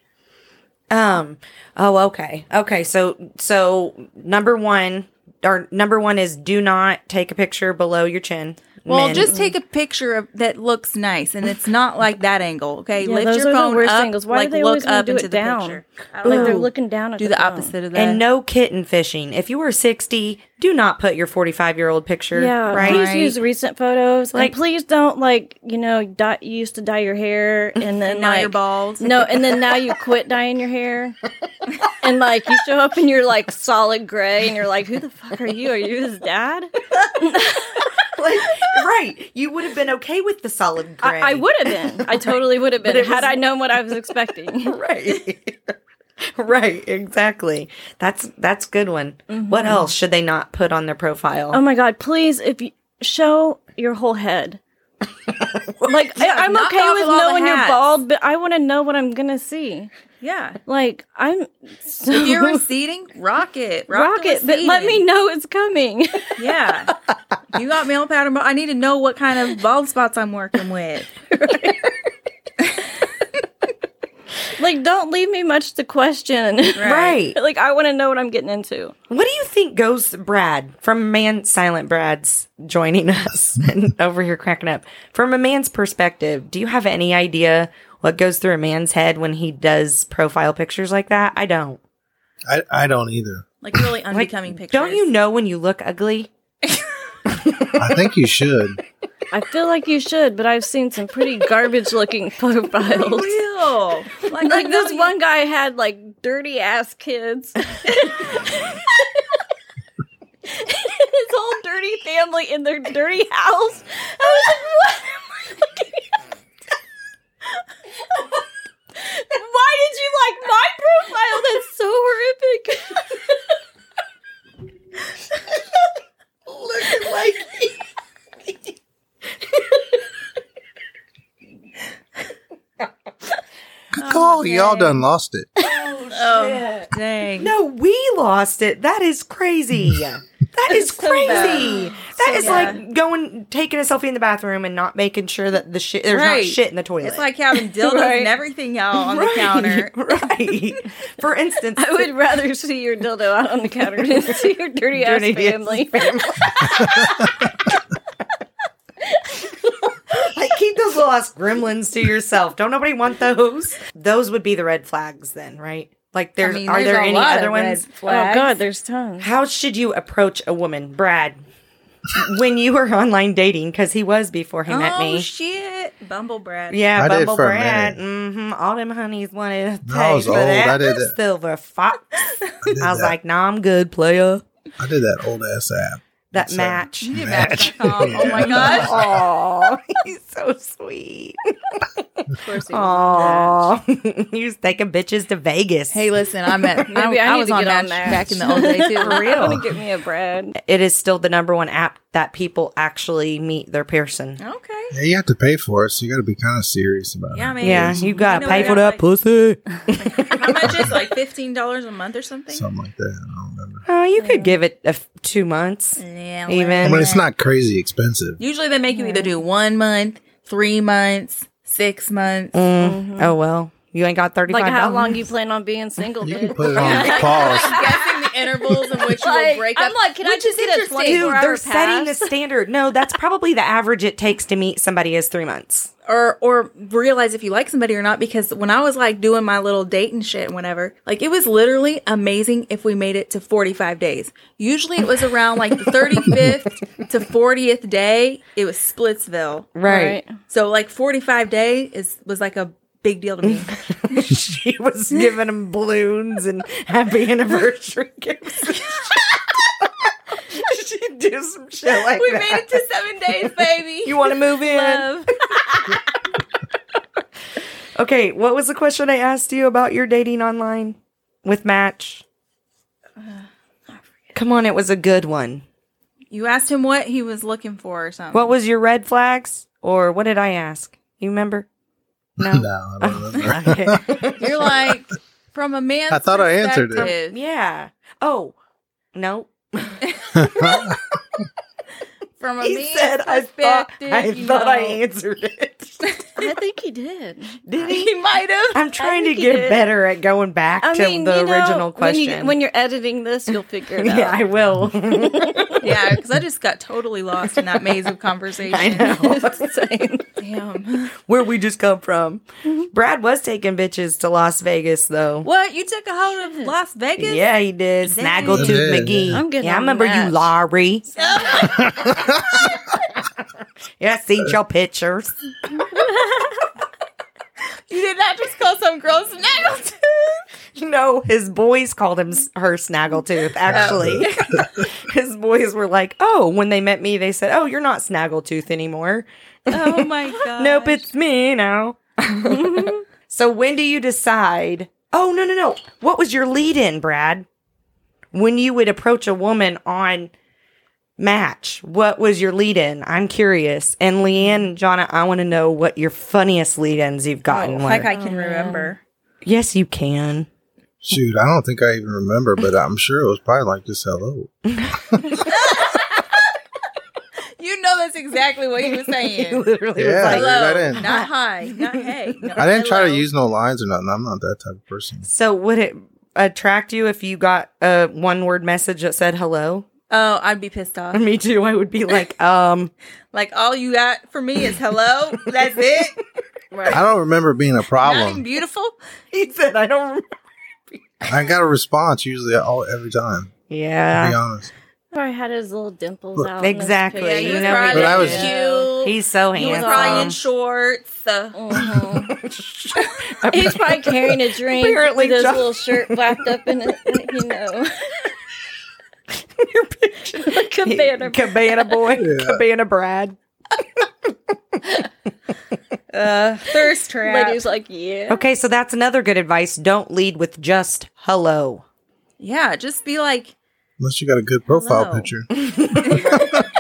Speaker 1: Um. Oh, okay. Okay. So, so number one, or number one is do not take a picture below your chin.
Speaker 4: Well,
Speaker 1: Men.
Speaker 4: just take a picture of that looks nice and it's not like that angle. Okay,
Speaker 3: Yeah,
Speaker 4: lift
Speaker 3: those
Speaker 4: your
Speaker 3: are the
Speaker 4: phone
Speaker 3: worst
Speaker 4: up.
Speaker 3: angles. Why do
Speaker 4: like
Speaker 3: they always
Speaker 4: look
Speaker 3: wanna
Speaker 4: up
Speaker 3: do
Speaker 4: into
Speaker 3: it
Speaker 4: the
Speaker 3: down?
Speaker 4: picture. Oh. I don't
Speaker 3: Like they're
Speaker 1: Ooh.
Speaker 3: looking down at
Speaker 4: do
Speaker 3: the
Speaker 4: the
Speaker 3: phone.
Speaker 4: opposite of that.
Speaker 1: and no kitten fishing. If you were 60, do not put your 45 year old picture.
Speaker 3: Yeah,
Speaker 1: Right.
Speaker 3: please use recent photos. Like,
Speaker 1: Like-
Speaker 3: please don't like you know dye, you used to dye your hair and then
Speaker 4: And now
Speaker 3: like,
Speaker 4: you're bald.
Speaker 3: No, and then now you quit dyeing your hair, and like you show up and you're like solid gray, and you're like, who the fuck are you? Are you his dad?
Speaker 1: Like, right. You would have been okay with the solid gray.
Speaker 3: I, I would have been. I totally would have been
Speaker 1: it
Speaker 3: had
Speaker 1: was-
Speaker 3: I known what I was expecting.
Speaker 1: right right exactly that's that's a good one what else should they not put on their profile
Speaker 3: Oh my god, please if you show your whole head. like I, I'm
Speaker 4: knock
Speaker 3: okay
Speaker 4: off
Speaker 3: with
Speaker 4: of all the
Speaker 3: knowing you're
Speaker 4: hats.
Speaker 3: bald, but I want to know what I'm gonna see.
Speaker 4: yeah.
Speaker 3: Like I'm so
Speaker 4: If you're receding, rock it. Rock,
Speaker 3: rock
Speaker 4: the
Speaker 3: it, but let me
Speaker 4: receding.
Speaker 3: know it's coming.
Speaker 4: Yeah. You got male pattern, but I need to know what kind of bald spots I'm working with.
Speaker 3: like don't leave me much to question.
Speaker 1: right
Speaker 3: like I want to know what I'm getting into.
Speaker 1: what do you think goes brad from a man silent brad's joining us and over here cracking up from a man's perspective do you have any idea what goes through a man's head when he does profile pictures like that i don't
Speaker 2: I, I don't either.
Speaker 4: Like really
Speaker 1: Like,
Speaker 4: unbecoming pictures.
Speaker 1: don't you know when you look ugly
Speaker 2: I think you should.
Speaker 3: I feel like you should, but I've seen some pretty garbage looking profiles.
Speaker 4: Real. Like,
Speaker 3: Like this one guy had like dirty ass kids. His whole dirty family in their dirty house. I was like, what am I looking at? Why did you like my profile? That's so horrific.
Speaker 1: looking like
Speaker 2: Oh, y'all done lost it.
Speaker 4: Oh, dang.
Speaker 1: No, we lost it. That is crazy. That is
Speaker 3: so
Speaker 1: crazy. That
Speaker 4: So
Speaker 1: is like going taking a selfie in the bathroom and not making sure that the shit there's
Speaker 4: Right.
Speaker 1: not shit in the toilet.
Speaker 4: It's like having dildos
Speaker 3: Right.
Speaker 4: and everything out on
Speaker 1: right,
Speaker 4: the counter.
Speaker 1: Right. For instance,
Speaker 3: I would rather see your dildo out on the counter than see your dirty,
Speaker 1: Dirty
Speaker 3: ass family.
Speaker 1: like keep those little ass gremlins to yourself. Don't nobody want those. Those would be the red flags then, right? Like
Speaker 4: I
Speaker 1: there's
Speaker 4: mean,
Speaker 1: are
Speaker 4: there's
Speaker 1: there
Speaker 4: a
Speaker 1: any
Speaker 4: lot
Speaker 1: other
Speaker 4: of red
Speaker 1: ones?
Speaker 3: oh
Speaker 4: flags.
Speaker 3: God, there's tons.
Speaker 1: How should you approach a woman, Brad? when you were online dating, because he was before he met
Speaker 4: oh,
Speaker 1: me.
Speaker 4: shit. Bumble bread.
Speaker 1: Yeah,
Speaker 2: I did
Speaker 1: Bumble
Speaker 2: for a
Speaker 1: Brad.
Speaker 2: minute.
Speaker 1: Mm-hmm. All them honeys wanted to
Speaker 2: No, I was
Speaker 1: take for
Speaker 2: old.
Speaker 1: that
Speaker 2: I did that.
Speaker 1: silver fox.
Speaker 2: I, did
Speaker 1: I was
Speaker 2: that.
Speaker 1: like, nah, I'm good, player.
Speaker 2: I did that old ass app.
Speaker 1: That
Speaker 2: So-
Speaker 1: match.
Speaker 4: You did
Speaker 2: Match.
Speaker 4: Match.com. Oh my gosh.
Speaker 1: Aw, he's so sweet.
Speaker 4: Of course he was on
Speaker 1: Aw, he's taking bitches to Vegas.
Speaker 4: that. Hey, listen, I met. I,
Speaker 3: Maybe I
Speaker 4: I
Speaker 3: need
Speaker 4: was
Speaker 3: to
Speaker 4: on
Speaker 3: get on
Speaker 4: Match
Speaker 3: Match.
Speaker 4: back in the old day too.
Speaker 1: For
Speaker 3: I want
Speaker 1: real.
Speaker 3: to get me a bread.
Speaker 1: It is still the number one app that people actually meet their person.
Speaker 4: Okay.
Speaker 2: Yeah, you have to pay for it, so you got to be kind of serious about
Speaker 4: Yeah, man.
Speaker 1: Yeah, you gotta
Speaker 4: know
Speaker 1: pay
Speaker 4: what
Speaker 1: for
Speaker 4: I'm
Speaker 1: that
Speaker 4: like-
Speaker 1: pussy.
Speaker 4: How much is like fifteen dollars a month or
Speaker 2: it,
Speaker 4: something?
Speaker 2: something like that. I don't remember.
Speaker 1: Oh, you could give it a f- two months.
Speaker 4: yeah,
Speaker 1: Even.
Speaker 4: well,
Speaker 2: I mean, it's not crazy expensive.
Speaker 4: Usually they make you either do one month, three months, six months.
Speaker 1: Mm, Oh well, you ain't got thirty five.
Speaker 3: Like, how long you plan on being single?
Speaker 2: You can
Speaker 3: bitch?
Speaker 2: put it on pause.
Speaker 4: Guessing the intervals in which you will
Speaker 3: Like,
Speaker 4: break up.
Speaker 3: I'm like, can I
Speaker 4: which
Speaker 3: just
Speaker 4: is
Speaker 3: get a
Speaker 4: interesting.
Speaker 3: 24
Speaker 1: Dude,
Speaker 3: hour
Speaker 1: they're setting the
Speaker 3: pass?
Speaker 1: standard. No, that's probably the average it takes to meet somebody is three months.
Speaker 4: or or realize if you like somebody or not because when I was like doing my little dating shit and whatever, like it was literally amazing if we made it to 45 days. Usually it was around like the 35th to 40th day, it was Splitsville.
Speaker 1: Right.
Speaker 4: So like 45 day is was like a big deal to me.
Speaker 1: she was giving him balloons and happy anniversary gifts. and shit. She'd do some shit like
Speaker 4: we
Speaker 1: that.
Speaker 4: made it to 7 days, baby.
Speaker 1: you want to move in?
Speaker 4: Love.
Speaker 1: Okay, what was the question I asked you about your dating online with Match? Come on, it was a good one.
Speaker 4: You asked him what he was looking for or something.
Speaker 1: What was your red flags? Or what did I ask? You remember? No.
Speaker 2: No, I don't remember.
Speaker 1: Okay.
Speaker 4: You're like from a man's
Speaker 2: I thought I answered it.
Speaker 4: perspective,
Speaker 1: yeah. Oh, no.
Speaker 4: From a
Speaker 1: He
Speaker 4: man's
Speaker 1: said I thought,
Speaker 4: perspective,
Speaker 1: I,
Speaker 4: you
Speaker 1: thought I
Speaker 4: know,
Speaker 1: answered it.
Speaker 3: I think he did.
Speaker 1: did he?
Speaker 4: he might have.
Speaker 1: I'm trying to
Speaker 3: think he
Speaker 1: get
Speaker 3: did.
Speaker 1: better at going back
Speaker 3: I
Speaker 1: to
Speaker 3: mean,
Speaker 1: the
Speaker 3: you know,
Speaker 1: original question.
Speaker 3: When, you, when you're editing this, you'll figure it out.
Speaker 1: yeah, I will.
Speaker 4: Yeah, because I just got totally lost in that maze of conversation.
Speaker 1: I know.
Speaker 4: Damn.
Speaker 1: Where we just come from.
Speaker 3: Mm-hmm.
Speaker 1: Brad was taking bitches to Las Vegas though.
Speaker 4: What? You took a hold of Las Vegas?
Speaker 1: Yeah, he did.
Speaker 4: Dang.
Speaker 1: Snaggletooth
Speaker 2: He did,
Speaker 1: McGee.
Speaker 2: yeah.
Speaker 3: I'm getting
Speaker 1: yeah, I
Speaker 3: on
Speaker 1: remember you,
Speaker 3: that.
Speaker 1: Laurie. yeah, I seen your pictures.
Speaker 4: You did not just call some girl snaggletooth.
Speaker 1: No, his boys called him s- her Snaggletooth. Actually, his boys were like, "Oh, when they met me, they said, oh, you're not Snaggletooth anymore.
Speaker 4: Oh my god.
Speaker 1: Nope, it's me now.'" so when do you decide? Oh no no no! What was your lead in, Brad? When you would approach a woman on match, what was your lead in? I'm curious. And Leanne, and Jonna, I want to know what your funniest lead ins you've
Speaker 2: Oh
Speaker 1: gotten. were.
Speaker 4: like I can remember.
Speaker 1: yes, you can.
Speaker 2: Shoot, I don't think I even remember, but I'm sure it was probably like just hello.
Speaker 4: You know that's exactly what he was
Speaker 1: It
Speaker 4: saying.
Speaker 1: literally
Speaker 2: Yeah.
Speaker 1: was like,
Speaker 2: I
Speaker 4: Hello,
Speaker 2: didn't.
Speaker 4: not hi, not hey. no,
Speaker 2: I didn't try to
Speaker 4: hello.
Speaker 2: use no lines or nothing. I'm not that type of person.
Speaker 1: So would it attract you if you got a one word message that said hello?
Speaker 4: Oh, I'd be pissed off.
Speaker 1: Me too. I would be like, um,
Speaker 4: Like all you got for me is hello. That's it.
Speaker 2: I don't remember being a
Speaker 4: Nothing
Speaker 2: problem.
Speaker 4: beautiful.
Speaker 1: he said, I don't. Remember.
Speaker 2: I got a response usually all every time. To be
Speaker 1: Yeah,
Speaker 2: honest,
Speaker 3: Probably had his little dimples out.
Speaker 1: Exactly.
Speaker 4: Yeah,
Speaker 1: you
Speaker 4: you was
Speaker 1: know
Speaker 4: probably
Speaker 2: But I was-
Speaker 4: cute.
Speaker 1: he's so
Speaker 4: He was probably in
Speaker 1: handsome.
Speaker 4: shorts. uh,
Speaker 3: Uh-huh. He's probably carrying a drink
Speaker 1: Apparently
Speaker 3: with his
Speaker 1: John-
Speaker 3: little shirt wrapped up in it, you know. like a banner.
Speaker 1: Cabana boy, Cabana Brad.
Speaker 4: uh, thirst trap.
Speaker 3: Lady's like, yeah.
Speaker 1: Okay, so that's another good advice. Don't lead with just hello.
Speaker 4: Yeah, just be like,
Speaker 2: unless you got a good profile
Speaker 4: Hello.
Speaker 2: picture.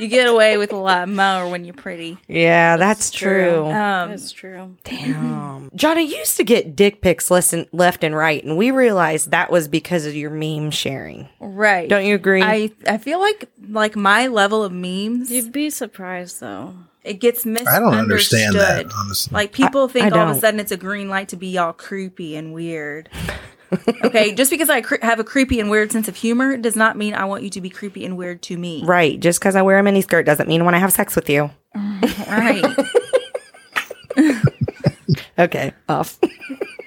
Speaker 4: You get away with a lot more when you're pretty.
Speaker 1: Yeah, that's,
Speaker 3: true.
Speaker 1: true.
Speaker 4: Um,
Speaker 3: That's true.
Speaker 1: Damn. Johnny used to get dick pics less and, left and right, and we realized that was because of your meme sharing.
Speaker 4: right.
Speaker 1: Don't you agree?
Speaker 4: I I feel like like my level of memes
Speaker 3: You'd be surprised though.
Speaker 4: it gets misunderstood.
Speaker 2: I don't understand that, honestly.
Speaker 4: Like people think
Speaker 1: I
Speaker 4: all of a
Speaker 1: don't.
Speaker 4: sudden it's a green light to be all creepy and weird. okay, just because I cre- have a creepy and weird sense of humor does not mean I want you to be creepy and weird to me.
Speaker 1: right. Just because I wear a miniskirt doesn't mean when I have sex with you.
Speaker 4: Right.
Speaker 1: Okay, off.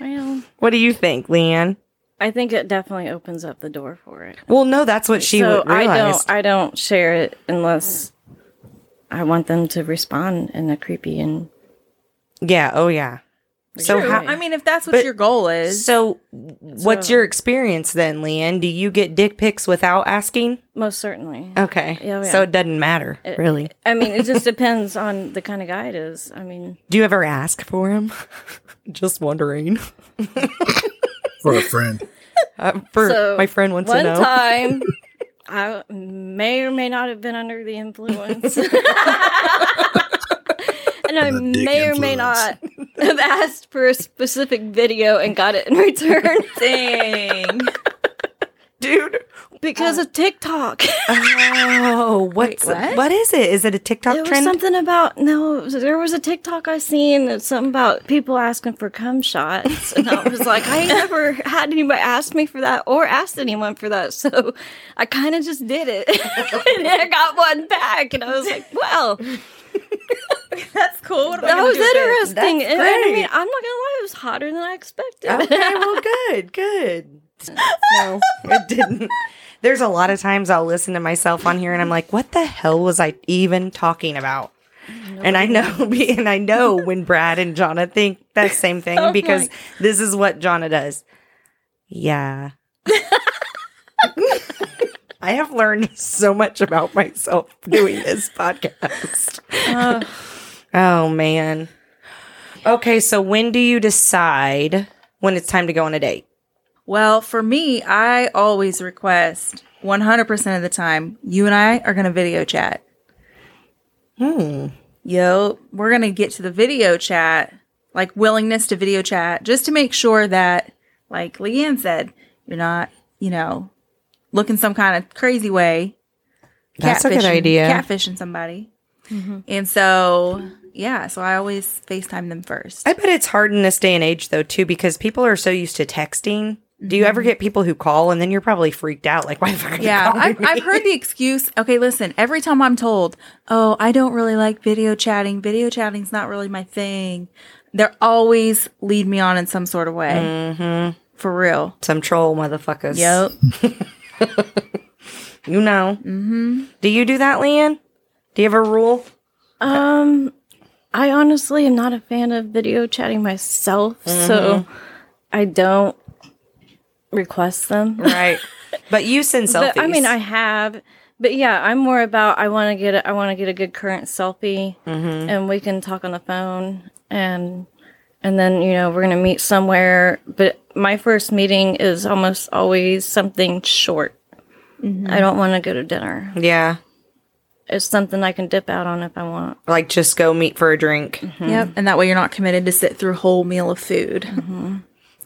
Speaker 3: Well,
Speaker 1: what do you think, Leanne?
Speaker 3: I think it definitely opens up the door for it.
Speaker 1: Well, no, that's what she
Speaker 3: so
Speaker 1: would
Speaker 3: I
Speaker 1: realize.
Speaker 3: don't I don't share it unless I want them to respond in a creepy and
Speaker 1: Yeah. Oh, yeah. So
Speaker 3: True.
Speaker 1: how?
Speaker 4: I mean, if that's what
Speaker 1: But-
Speaker 4: your goal is,
Speaker 1: So, what's
Speaker 3: So-
Speaker 1: your experience then, Leanne? Do you get dick pics without asking?
Speaker 3: most certainly.
Speaker 1: Okay.
Speaker 3: Yeah, yeah.
Speaker 1: So it doesn't matter, really.
Speaker 3: I mean, it just depends on the kind of guy it is. I mean,
Speaker 1: Do you ever ask for him? Just wondering.
Speaker 2: for a friend.
Speaker 1: Uh, for
Speaker 3: So,
Speaker 1: my friend wants to
Speaker 3: one
Speaker 1: know.
Speaker 3: time I may or may not have been under the influence. and I
Speaker 2: The dick
Speaker 3: may or may
Speaker 2: influence.
Speaker 3: not have asked for a specific video and got it in return
Speaker 4: dang.
Speaker 1: Dude.
Speaker 3: because of TikTok.
Speaker 1: Oh, what's,
Speaker 4: what?
Speaker 1: what is it? Is it a TikTok
Speaker 3: There was
Speaker 1: trend?
Speaker 3: something about no. it was- There was a TikTok I seen that's something about people asking for cum shots, and I was like, I ain't never had anybody ask me for that or asked anyone for that, so I kind of just did it, and I got one back, and I was like, well,
Speaker 4: That's cool. What am I
Speaker 3: that
Speaker 4: gonna
Speaker 3: was
Speaker 4: do with this?
Speaker 3: interesting.
Speaker 1: That's
Speaker 3: and, and I
Speaker 1: great.
Speaker 3: mean, I'm not gonna lie, it was hotter than I expected.
Speaker 1: okay, well, good, good. No, it didn't. There's a lot of times I'll listen to myself on here and I'm like, what the hell was I even talking about? And I know, and I know when Brad and Jonna think that same thing
Speaker 3: Oh
Speaker 1: because
Speaker 3: my-
Speaker 1: this is what Jonna does. Yeah. I have learned so much about myself doing this podcast. oh man. Okay, so when do you decide when it's time to go on a date?
Speaker 4: Well, for me, I always request 100% of the time, you and I are going to video chat. Hmm. Yo, we're going to get to the video chat, like willingness to video chat, just to make sure that, like Leanne said, you're not, you know, looking some kind of crazy way.
Speaker 1: That's a good
Speaker 4: catfishing-
Speaker 1: idea. Mm-hmm.
Speaker 4: Catfishing somebody. And so, yeah, so I always FaceTime them first.
Speaker 1: I bet it's hard in this day and age though too because people are so used to texting. Do you ever get people who call and then you're probably freaked out like why the fuck are you
Speaker 4: Yeah,
Speaker 1: calling
Speaker 4: I've,
Speaker 1: me?
Speaker 4: I've heard the excuse. Okay, listen, every time I'm told, oh, I don't really like video chatting, video chatting's not really my thing, they're always lead me on in some sort of way. Mm-hmm. For real. Mm-hmm.
Speaker 1: some troll motherfuckers.
Speaker 4: Yep.
Speaker 1: You know. Mm-hmm. Do you do that, Leanne? Do you have a rule?
Speaker 3: Um, I honestly am not a fan of video chatting myself, so
Speaker 1: Mm-hmm.
Speaker 3: I don't request them.
Speaker 1: Right. but you send selfies.
Speaker 3: But, I mean, I have, but yeah, I'm more about I want to get a, I want to get a good current selfie,
Speaker 4: Mm-hmm.
Speaker 3: and we can talk on the phone, and and then you know we're gonna meet somewhere. But my first meeting is almost always something short.
Speaker 4: Mm-hmm.
Speaker 3: I don't want to go to dinner.
Speaker 1: yeah,
Speaker 3: It's something I can dip out on if I want.
Speaker 1: like just go meet for a drink.
Speaker 4: Yep. And that way you're not committed to sit through a whole meal of food.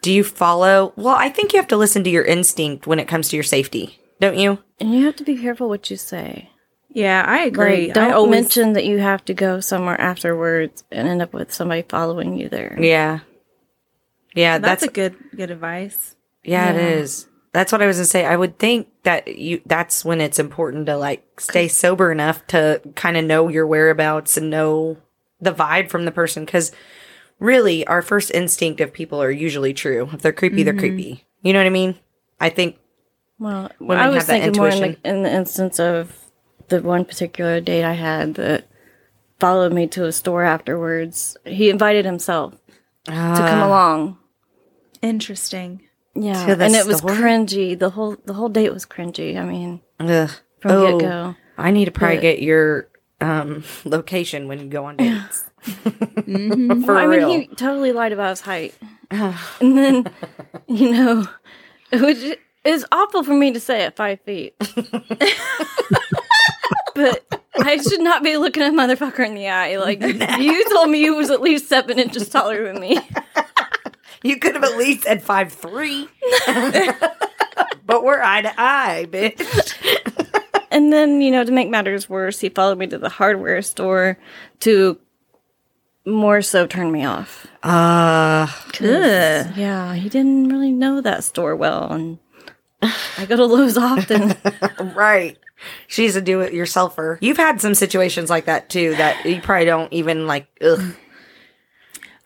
Speaker 1: Do you follow? Well, I think you have to listen to your instinct when it comes to your safety, don't you?
Speaker 3: And you have to be careful what you say.
Speaker 4: Yeah, I agree.
Speaker 3: Like, don't
Speaker 4: I always-
Speaker 3: mention that you have to go somewhere afterwards and end up with somebody following you there.
Speaker 1: Yeah. Yeah,
Speaker 4: That's,
Speaker 1: that's,
Speaker 4: a good good advice.
Speaker 1: yeah, it is. That's what I was gonna say. I would think that you that's when it's important to like stay sober enough to kind of know your whereabouts and know the vibe from the person because really our first instinct of people are usually true. If they're creepy,
Speaker 3: Mm-hmm.
Speaker 1: they're creepy. You know what I mean? I think
Speaker 3: Well,
Speaker 1: Women
Speaker 3: I was
Speaker 1: have that
Speaker 3: thinking more in
Speaker 1: intuition.
Speaker 3: the, in the instance of the one particular date I had that followed me to a store afterwards. He invited himself to come along.
Speaker 4: Interesting.
Speaker 3: Yeah,
Speaker 1: Ah. To the
Speaker 3: and it was
Speaker 1: store?
Speaker 3: cringy. The whole the whole date was cringy. I mean,
Speaker 1: ugh,
Speaker 3: from
Speaker 1: oh,
Speaker 3: get go.
Speaker 1: I need to probably
Speaker 3: But-
Speaker 1: get your um location when you go on dates. For
Speaker 3: Mm-hmm. I
Speaker 1: real.
Speaker 3: mean, he totally lied about his height, and then you know, which is awful for me to say at five feet, but I should not be looking a motherfucker in the eye. Like you told me you was at least seven inches taller than me.
Speaker 1: You could have at least said five three. but we're eye to eye, bitch.
Speaker 3: And then, you know, to make matters worse, he followed me to the hardware store to more so turn me off.
Speaker 1: Uh
Speaker 3: 'Cause, Yeah, he didn't really know that store well. And I go to Lowe's often.
Speaker 1: right. She's a do it yourselfer. You've had some situations like that too that you probably don't even like ugh.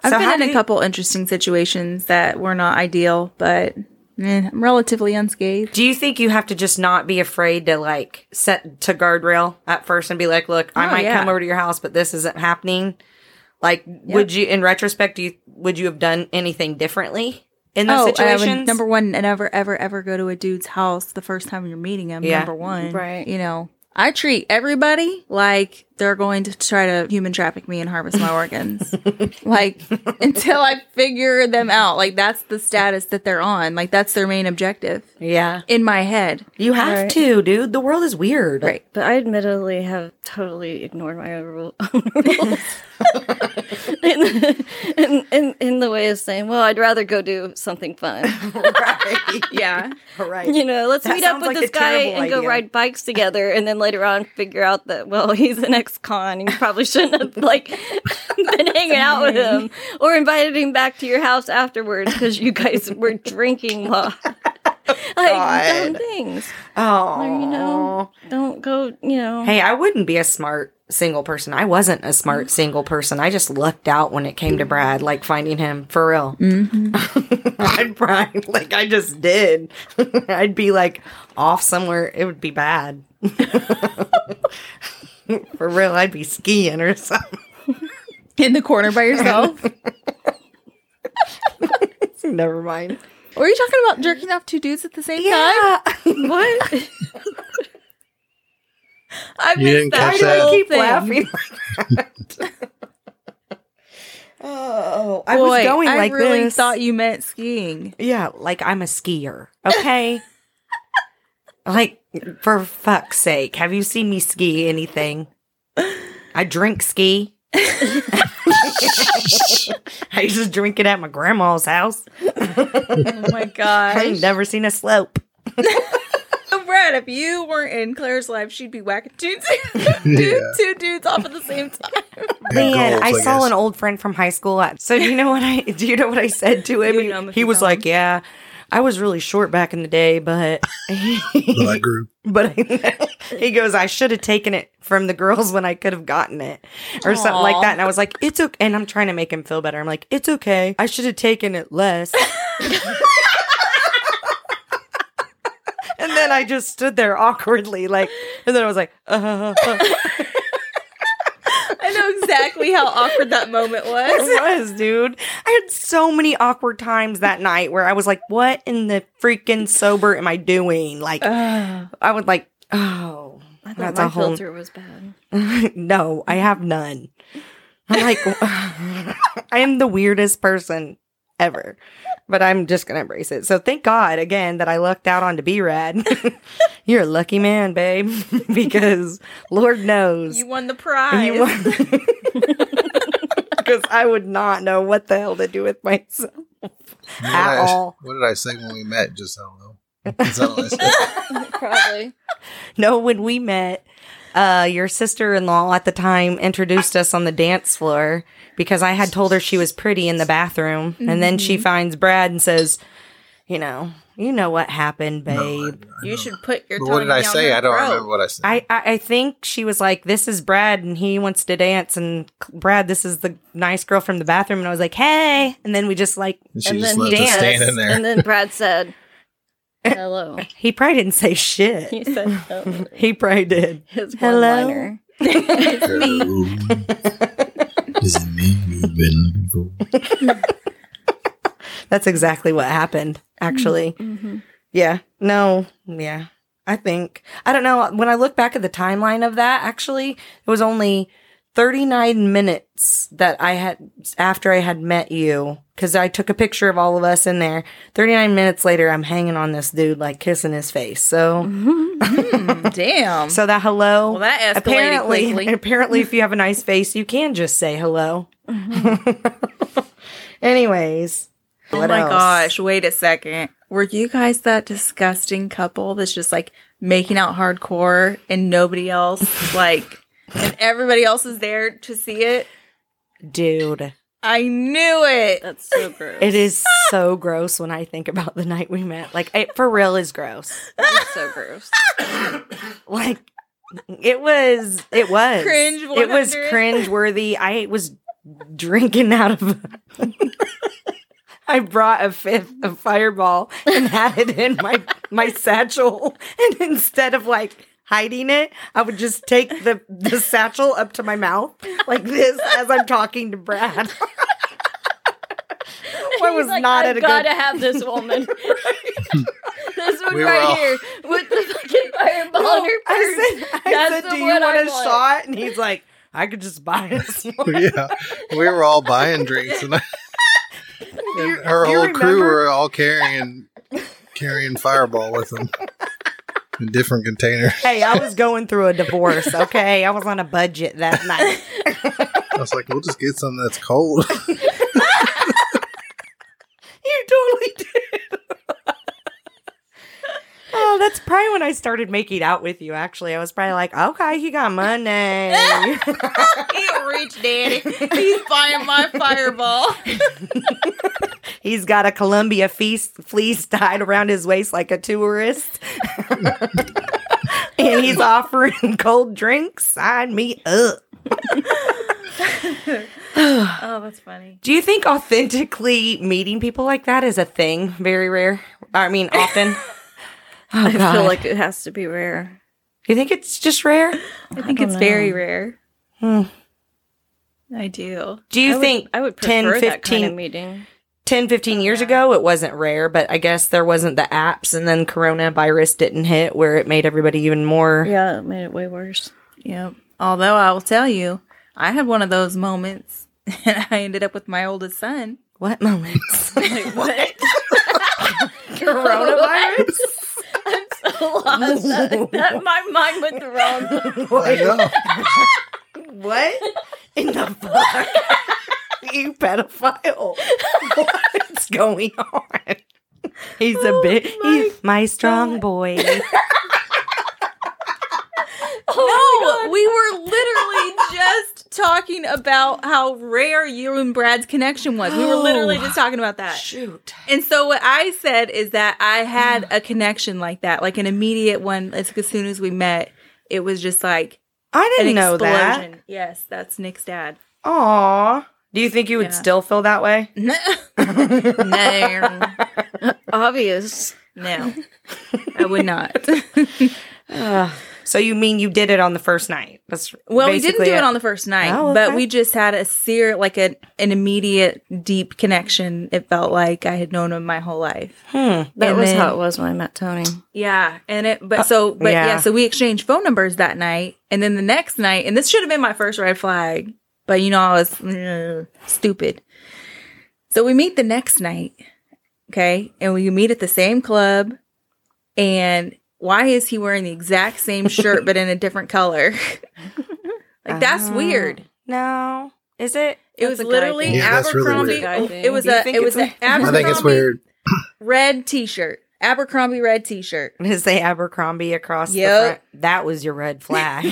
Speaker 4: I've
Speaker 1: So how
Speaker 4: been
Speaker 1: do
Speaker 4: in a
Speaker 1: you-
Speaker 4: couple interesting situations that were not ideal, but eh, I'm relatively unscathed.
Speaker 1: Do you think you have to just not be afraid to like set to guardrail at first and be like, look, I
Speaker 4: Oh,
Speaker 1: might
Speaker 4: yeah.
Speaker 1: come over to your house, but this isn't happening? Like, would you, in retrospect, do you, would you have done anything differently in those
Speaker 4: Oh, I would-
Speaker 1: situations?
Speaker 4: number one, never, ever, ever go to a dude's house the first time you're meeting him.
Speaker 1: Yeah.
Speaker 4: Number one,
Speaker 3: Right.
Speaker 4: You know, I treat everybody like they're going to try to human traffic me and harvest my organs, like until I figure them out. Like that's the status that they're on. Like that's their main objective
Speaker 1: yeah.
Speaker 4: in my head.
Speaker 1: You have
Speaker 3: Right.
Speaker 1: to, dude. The world is weird.
Speaker 4: Right.
Speaker 3: But I admittedly have totally ignored my own rule- own rules. in, in, in, in the way of saying, well, I'd rather go do something fun.
Speaker 1: right.
Speaker 4: Yeah.
Speaker 1: Right.
Speaker 3: You know, let's
Speaker 1: That
Speaker 3: meet up
Speaker 1: sounds
Speaker 3: with
Speaker 1: like a
Speaker 3: this guy
Speaker 1: terrible
Speaker 3: and go
Speaker 1: idea.
Speaker 3: ride bikes together, and then later on figure out that well, he's an ex-con, and you probably shouldn't have like been hanging out with him or invited him back to your house afterwards because you guys were drinking while like dumb
Speaker 1: God.
Speaker 3: things.
Speaker 1: Oh,
Speaker 3: Or, you know, don't go. You know,
Speaker 1: Hey, I wouldn't be a smart single person. I wasn't a smart single person. I just lucked out when it came to Brad, like finding him for real.
Speaker 4: Mm-hmm.
Speaker 1: I'd probably, like, I just did. I'd be like off somewhere. It would be bad. for real, I'd be skiing or something.
Speaker 4: In the corner by yourself.
Speaker 1: Never mind.
Speaker 4: Were you talking about jerking off two dudes at the same time?
Speaker 1: Yeah.
Speaker 4: What? I
Speaker 2: You didn't
Speaker 1: Why
Speaker 2: catch
Speaker 4: missed that.
Speaker 1: do
Speaker 2: that?
Speaker 1: I
Speaker 4: whole
Speaker 1: keep
Speaker 4: thing.
Speaker 1: laughing like that? oh, I was
Speaker 4: Boy,
Speaker 1: going like
Speaker 4: I really
Speaker 1: this.
Speaker 4: thought you meant skiing.
Speaker 1: yeah, like I'm a skier. Okay. like for fuck's sake, have you seen me ski anything? I drink ski. I used to drink it at my grandma's house.
Speaker 4: Oh my gosh.
Speaker 1: I ain't never seen a slope.
Speaker 4: Brad, if you weren't in Claire's life, she'd be whacking two, two,
Speaker 2: Yeah.
Speaker 4: two dudes off at the same time.
Speaker 1: Man,
Speaker 2: goals,
Speaker 1: I, saw
Speaker 2: guess.
Speaker 1: an old friend from high school. at- So do you know what I do? You know what I said to him?
Speaker 4: You know him
Speaker 1: he
Speaker 4: if
Speaker 1: he
Speaker 4: you
Speaker 1: was
Speaker 4: saw
Speaker 1: like, "Yeah, I was really short back in the day, but
Speaker 2: Black group.
Speaker 1: but I, he goes, I should have taken it from the girls when I could have gotten it, or something like
Speaker 4: Aw.
Speaker 1: that." And I was like, "It's okay." And I'm trying to make him feel better. I'm like, "It's okay. I should have taken it less." and then I just stood there awkwardly, like, and then I was like, uh,
Speaker 4: I know exactly how awkward that moment was.
Speaker 1: It was, dude. I had so many awkward times that night where I was like, what in the freaking sober am I doing? Like, I would like, oh,
Speaker 3: I thought
Speaker 1: that's
Speaker 3: my
Speaker 1: a whole.
Speaker 3: filter was bad.
Speaker 1: no, I have none. I'm like, I am the weirdest person ever, but I'm just going to embrace it. So thank God again that I lucked out onto B Rad. You're a lucky man, babe, because Lord knows.
Speaker 4: You won the prize.
Speaker 1: Because I would not know what the hell to do with myself.
Speaker 2: What
Speaker 1: At
Speaker 2: did I-
Speaker 1: all.
Speaker 2: What did I say when we met? Just I don't know. Is that what I said?
Speaker 3: Probably.
Speaker 1: No, when we met, uh, your sister in law at the time introduced us on the dance floor because I had told her she was pretty in the bathroom. And then she finds Brad and says, You know, you know what happened, babe.
Speaker 4: you should put your
Speaker 2: But what did I say? I don't remember what I said.
Speaker 1: I, I, I think she was like, This is Brad and he wants to dance. And Brad, this is the nice girl from the bathroom. And I was like, Hey. And then we just like,
Speaker 2: and she
Speaker 3: and
Speaker 2: just
Speaker 3: then
Speaker 2: left
Speaker 3: he
Speaker 2: us standing
Speaker 3: danced,
Speaker 2: there.
Speaker 3: And then Brad said, "Hello."
Speaker 1: he probably didn't say shit.
Speaker 3: He said, "Hello."
Speaker 1: He probably did.
Speaker 3: His
Speaker 1: Hello?
Speaker 3: one-liner.
Speaker 2: Is it me you've been looking for?
Speaker 1: That's exactly what happened,
Speaker 4: Mm-hmm.
Speaker 1: actually. Yeah. No. Yeah. I think. I don't know. When I look back at the timeline of that, actually, it was only 39 minutes that I had after I had met you, because I took a picture of all of us in there. 39 minutes later, I'm hanging on this dude, like kissing his face. So,
Speaker 4: Damn.
Speaker 1: so that hello.
Speaker 4: Mm-hmm. Well, that escalated
Speaker 1: apparently,
Speaker 4: quickly.
Speaker 1: apparently, if you have a nice face, you can just say hello. Anyways,
Speaker 4: Mm-hmm. oh
Speaker 1: what
Speaker 4: my
Speaker 1: else?
Speaker 4: gosh, wait a second. Were you guys that disgusting couple that's just like making out hardcore and nobody else like and everybody else is there to see it?
Speaker 1: dude,
Speaker 4: I knew it.
Speaker 3: That's so gross.
Speaker 1: it is so gross when I think about the night we met. Like, it for real is gross.
Speaker 3: It's so gross.
Speaker 1: like it was it was
Speaker 4: Cringe
Speaker 1: it was
Speaker 4: 100.
Speaker 1: cringe worthy i was drinking out of i brought a fifth of fireball and had it in my my satchel and instead of like hiding it i would just take the the satchel up to my mouth like this as i'm talking to brad I was not
Speaker 3: I
Speaker 1: at a good
Speaker 3: gotta have this woman. this one
Speaker 6: We were
Speaker 3: right
Speaker 6: all-
Speaker 3: here with the fucking fireball in her purse.
Speaker 1: I said, I
Speaker 3: That's
Speaker 1: said
Speaker 3: the
Speaker 1: do you
Speaker 3: one
Speaker 1: want
Speaker 3: I
Speaker 1: a
Speaker 3: want."
Speaker 1: shot and he's like i could just buy this one
Speaker 2: yeah, we were all buying drinks, and, I, and
Speaker 1: You-
Speaker 2: her
Speaker 1: you
Speaker 2: whole crew
Speaker 1: remember?
Speaker 2: were all carrying carrying Fireball with them in different containers.
Speaker 1: Hey, I was going through a divorce, okay? I was on a budget that night.
Speaker 2: I was like, we'll just get something that's cold.
Speaker 1: You totally did. oh, that's probably when I started making out with you, actually. I was probably like, okay, he got money.
Speaker 4: He reached daddy. He's buying my fireball.
Speaker 1: He's got a Columbia feast, fleece tied around his waist like a tourist. and he's offering cold drinks. Sign me up.
Speaker 4: Oh, that's funny.
Speaker 1: Do you think authentically meeting people like that is a thing? Very rare. I mean, often. Oh,
Speaker 3: I
Speaker 1: God.
Speaker 3: feel like it has to be rare.
Speaker 1: You think it's just rare?
Speaker 4: I think
Speaker 3: don't
Speaker 4: it's
Speaker 3: know.
Speaker 4: very rare.
Speaker 1: Hmm.
Speaker 4: I do.
Speaker 1: Do you
Speaker 3: I would-
Speaker 1: think
Speaker 3: I would prefer
Speaker 1: 10, 15,
Speaker 3: that kind of meeting?
Speaker 1: 10, 15 years ago it wasn't rare, but I guess there wasn't the apps and then coronavirus didn't hit where it made everybody even more.
Speaker 3: Yeah, it made it way worse.
Speaker 4: Yep. Although I will tell you, I had one of those moments and I ended up with my oldest son.
Speaker 1: What moments?
Speaker 3: what?
Speaker 1: coronavirus?
Speaker 3: I'm so lost. that, that- my mind went the wrong way.
Speaker 2: I know.
Speaker 1: what in the fuck? you pedophile. What's going on? He's a bit. he's my strong boy.
Speaker 4: Oh, no, we were literally just talking about how rare you and Brad's connection was. We were literally just talking about that.
Speaker 1: Shoot.
Speaker 4: And so what I said is that I had a connection like that, like an immediate one. It's like as soon as we met, it was just like
Speaker 1: I
Speaker 4: an
Speaker 1: didn't know
Speaker 4: explosion. Yes, that's Nick's dad.
Speaker 1: that. Aw. Do you think you would
Speaker 4: Yeah.
Speaker 1: still feel that way?
Speaker 4: no, no,
Speaker 3: Obvious.
Speaker 4: no, I would not.
Speaker 1: Ugh. so you mean you did it on the first night? That's
Speaker 4: Well, we didn't
Speaker 1: basically
Speaker 4: do it on the first night,
Speaker 1: Oh,
Speaker 4: but
Speaker 1: okay.
Speaker 4: we just had a seer, like a, an immediate, deep connection. It felt like I had known him my whole life.
Speaker 1: Hmm.
Speaker 3: That
Speaker 4: And
Speaker 3: was
Speaker 4: then-
Speaker 3: how it was when I met Tony.
Speaker 4: Yeah, and it, but so, but yeah.
Speaker 1: Uh, yeah.
Speaker 4: so we exchanged phone numbers that night, and then the next night, and this should have been my first red flag, but you know I was mm, stupid. So we meet the next night, okay, and we meet at the same club, and why is he wearing the exact same shirt but in a different color? like that's
Speaker 1: Oh.
Speaker 4: weird.
Speaker 1: No, is it?
Speaker 4: It
Speaker 3: That's
Speaker 4: was
Speaker 3: a guy
Speaker 4: literally
Speaker 3: thing.
Speaker 2: Yeah, that's really
Speaker 4: Abercrombie. Oh,
Speaker 3: weird. It's a guy
Speaker 4: it was
Speaker 1: thing.
Speaker 4: a
Speaker 1: Do you
Speaker 4: it
Speaker 1: think it's weird?
Speaker 2: I
Speaker 4: was an
Speaker 2: think it's
Speaker 4: Abercrombie
Speaker 2: weird.
Speaker 4: red T-shirt, Abercrombie red T-shirt.
Speaker 1: Is say Abercrombie across
Speaker 4: Yep.
Speaker 1: the front? That was your red flag.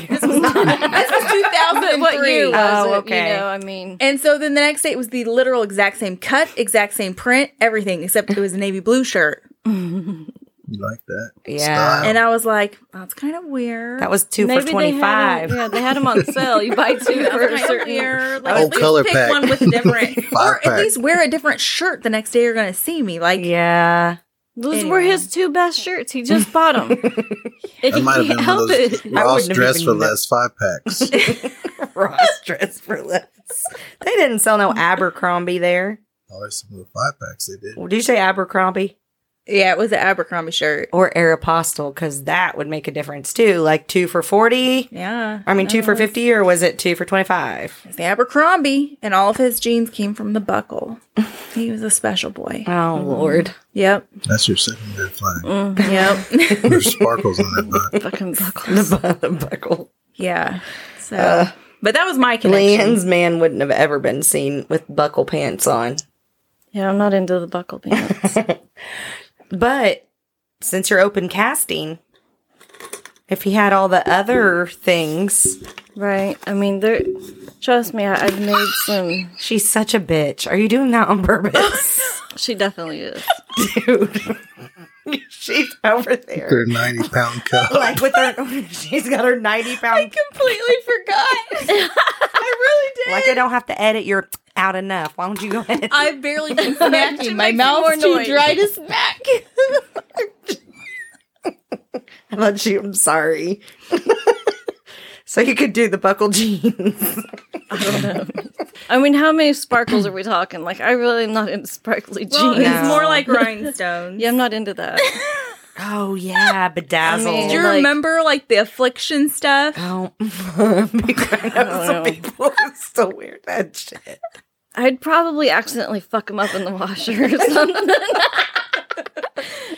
Speaker 4: This was two thousand
Speaker 3: What you
Speaker 4: three.
Speaker 1: Oh,
Speaker 3: was it,
Speaker 1: okay.
Speaker 3: You know, I mean,
Speaker 4: And so then the next day it was the literal exact same cut, exact same print, everything except it was a navy blue shirt.
Speaker 2: You like that? Oh.
Speaker 1: yeah,
Speaker 4: And I was like, that's kind of weird.
Speaker 1: that was two for twenty five.
Speaker 3: They had 'em- yeah, they had them on sale. You buy two for a
Speaker 4: That's kinda
Speaker 3: certain
Speaker 4: weird.
Speaker 2: Oh,
Speaker 4: Like,
Speaker 2: color
Speaker 4: color pick
Speaker 2: pack.
Speaker 4: one with a different,
Speaker 2: Five
Speaker 4: or at
Speaker 2: pack.
Speaker 4: least wear a different shirt the next day. You're gonna see me like
Speaker 1: Yeah,
Speaker 3: Those were
Speaker 4: Anyway.
Speaker 3: his two best shirts. He just bought them. and
Speaker 2: That
Speaker 3: he
Speaker 2: might have been
Speaker 3: can't
Speaker 2: one of
Speaker 3: help
Speaker 2: those
Speaker 3: it.
Speaker 1: I wouldn't
Speaker 2: Ross
Speaker 1: have
Speaker 2: dress
Speaker 1: even
Speaker 2: for
Speaker 1: kno-
Speaker 2: less five packs.
Speaker 1: Ross dress for less. They didn't sell no Abercrombie there.
Speaker 2: Always some of the five packs they did.
Speaker 1: Did you say Abercrombie?
Speaker 4: Yeah, it was an Abercrombie shirt.
Speaker 1: or Aeropostale because that would make a difference too. Like two for 40.
Speaker 4: Yeah.
Speaker 1: I mean, two for 50 or was it two for 25?
Speaker 4: It's Abercrombie, and all of his jeans came from the buckle. he was a special boy.
Speaker 1: Oh, Lord.
Speaker 4: Yep.
Speaker 2: That's your second red
Speaker 1: Mm.
Speaker 2: flag.
Speaker 4: Yep.
Speaker 2: There's sparkles on that butt.
Speaker 3: Fucking buckles.
Speaker 1: The bu- buckle.
Speaker 4: yeah. So,
Speaker 3: Uh,
Speaker 4: but that was my connection.
Speaker 1: Leanne's man wouldn't have ever been seen with buckle pants on.
Speaker 3: Yeah, I'm not into the buckle pants.
Speaker 1: But since you're open casting, if he had all the other things,
Speaker 3: right. I mean, there. Trust me, I, I've made some.
Speaker 1: she's such a bitch. Are you doing that on purpose?
Speaker 3: She definitely is.
Speaker 1: Dude. she's over there.
Speaker 2: Their 90 pound cup.
Speaker 1: Like with her, she's got her 90 pound.
Speaker 4: completely forgot. I really did.
Speaker 1: Like, I don't have to edit your out enough. Why don't you go ahead?
Speaker 4: I barely been smacking. My
Speaker 3: makes more
Speaker 4: mouth's too
Speaker 3: noise.
Speaker 4: dry to smack.
Speaker 1: How about you? I'm sorry. so you could do the buckle jeans.
Speaker 3: I mean, how many sparkles are we talking? Like, I really am not into sparkly jeans.
Speaker 1: no.
Speaker 4: It's more like rhinestones.
Speaker 3: Yeah, I'm not into that.
Speaker 1: Oh yeah, bedazzled.
Speaker 3: I mean,
Speaker 4: Do you
Speaker 3: Like-
Speaker 4: remember like the affliction stuff?
Speaker 1: Oh, I know some
Speaker 3: know.
Speaker 1: people still wear that shit.
Speaker 3: I'd probably accidentally fuck them up in the washer or something.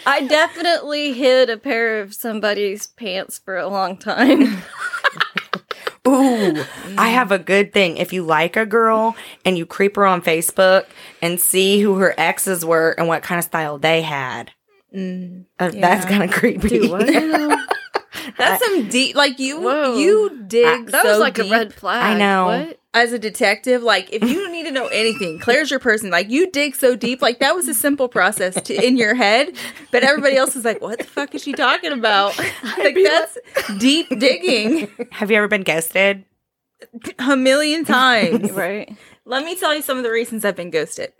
Speaker 3: I definitely hid a pair of somebody's pants for a long time.
Speaker 1: Ooh,
Speaker 3: Mm.
Speaker 1: I have a good thing. If you like a girl and you creep her on Facebook and see who her exes were and what kind of style they had,
Speaker 4: Mm.
Speaker 1: Uh, that's
Speaker 4: Yeah.
Speaker 1: kind of creepy.
Speaker 3: Dude, what?
Speaker 4: That's some deep. Like you,
Speaker 3: Whoa.
Speaker 4: you dig.
Speaker 3: that was
Speaker 4: so
Speaker 3: like a
Speaker 4: deep.
Speaker 3: red flag.
Speaker 1: I know.
Speaker 3: What?
Speaker 4: as a detective, like if you need to know anything, Claire's your person. Like you dig so deep, like that was a simple process to, in your head, but everybody else is like, "What the fuck is she talking about?" Like that's deep digging
Speaker 1: Have you ever been ghosted?
Speaker 4: a million times.
Speaker 3: Right.
Speaker 4: Let me tell you some of the reasons I've been ghosted.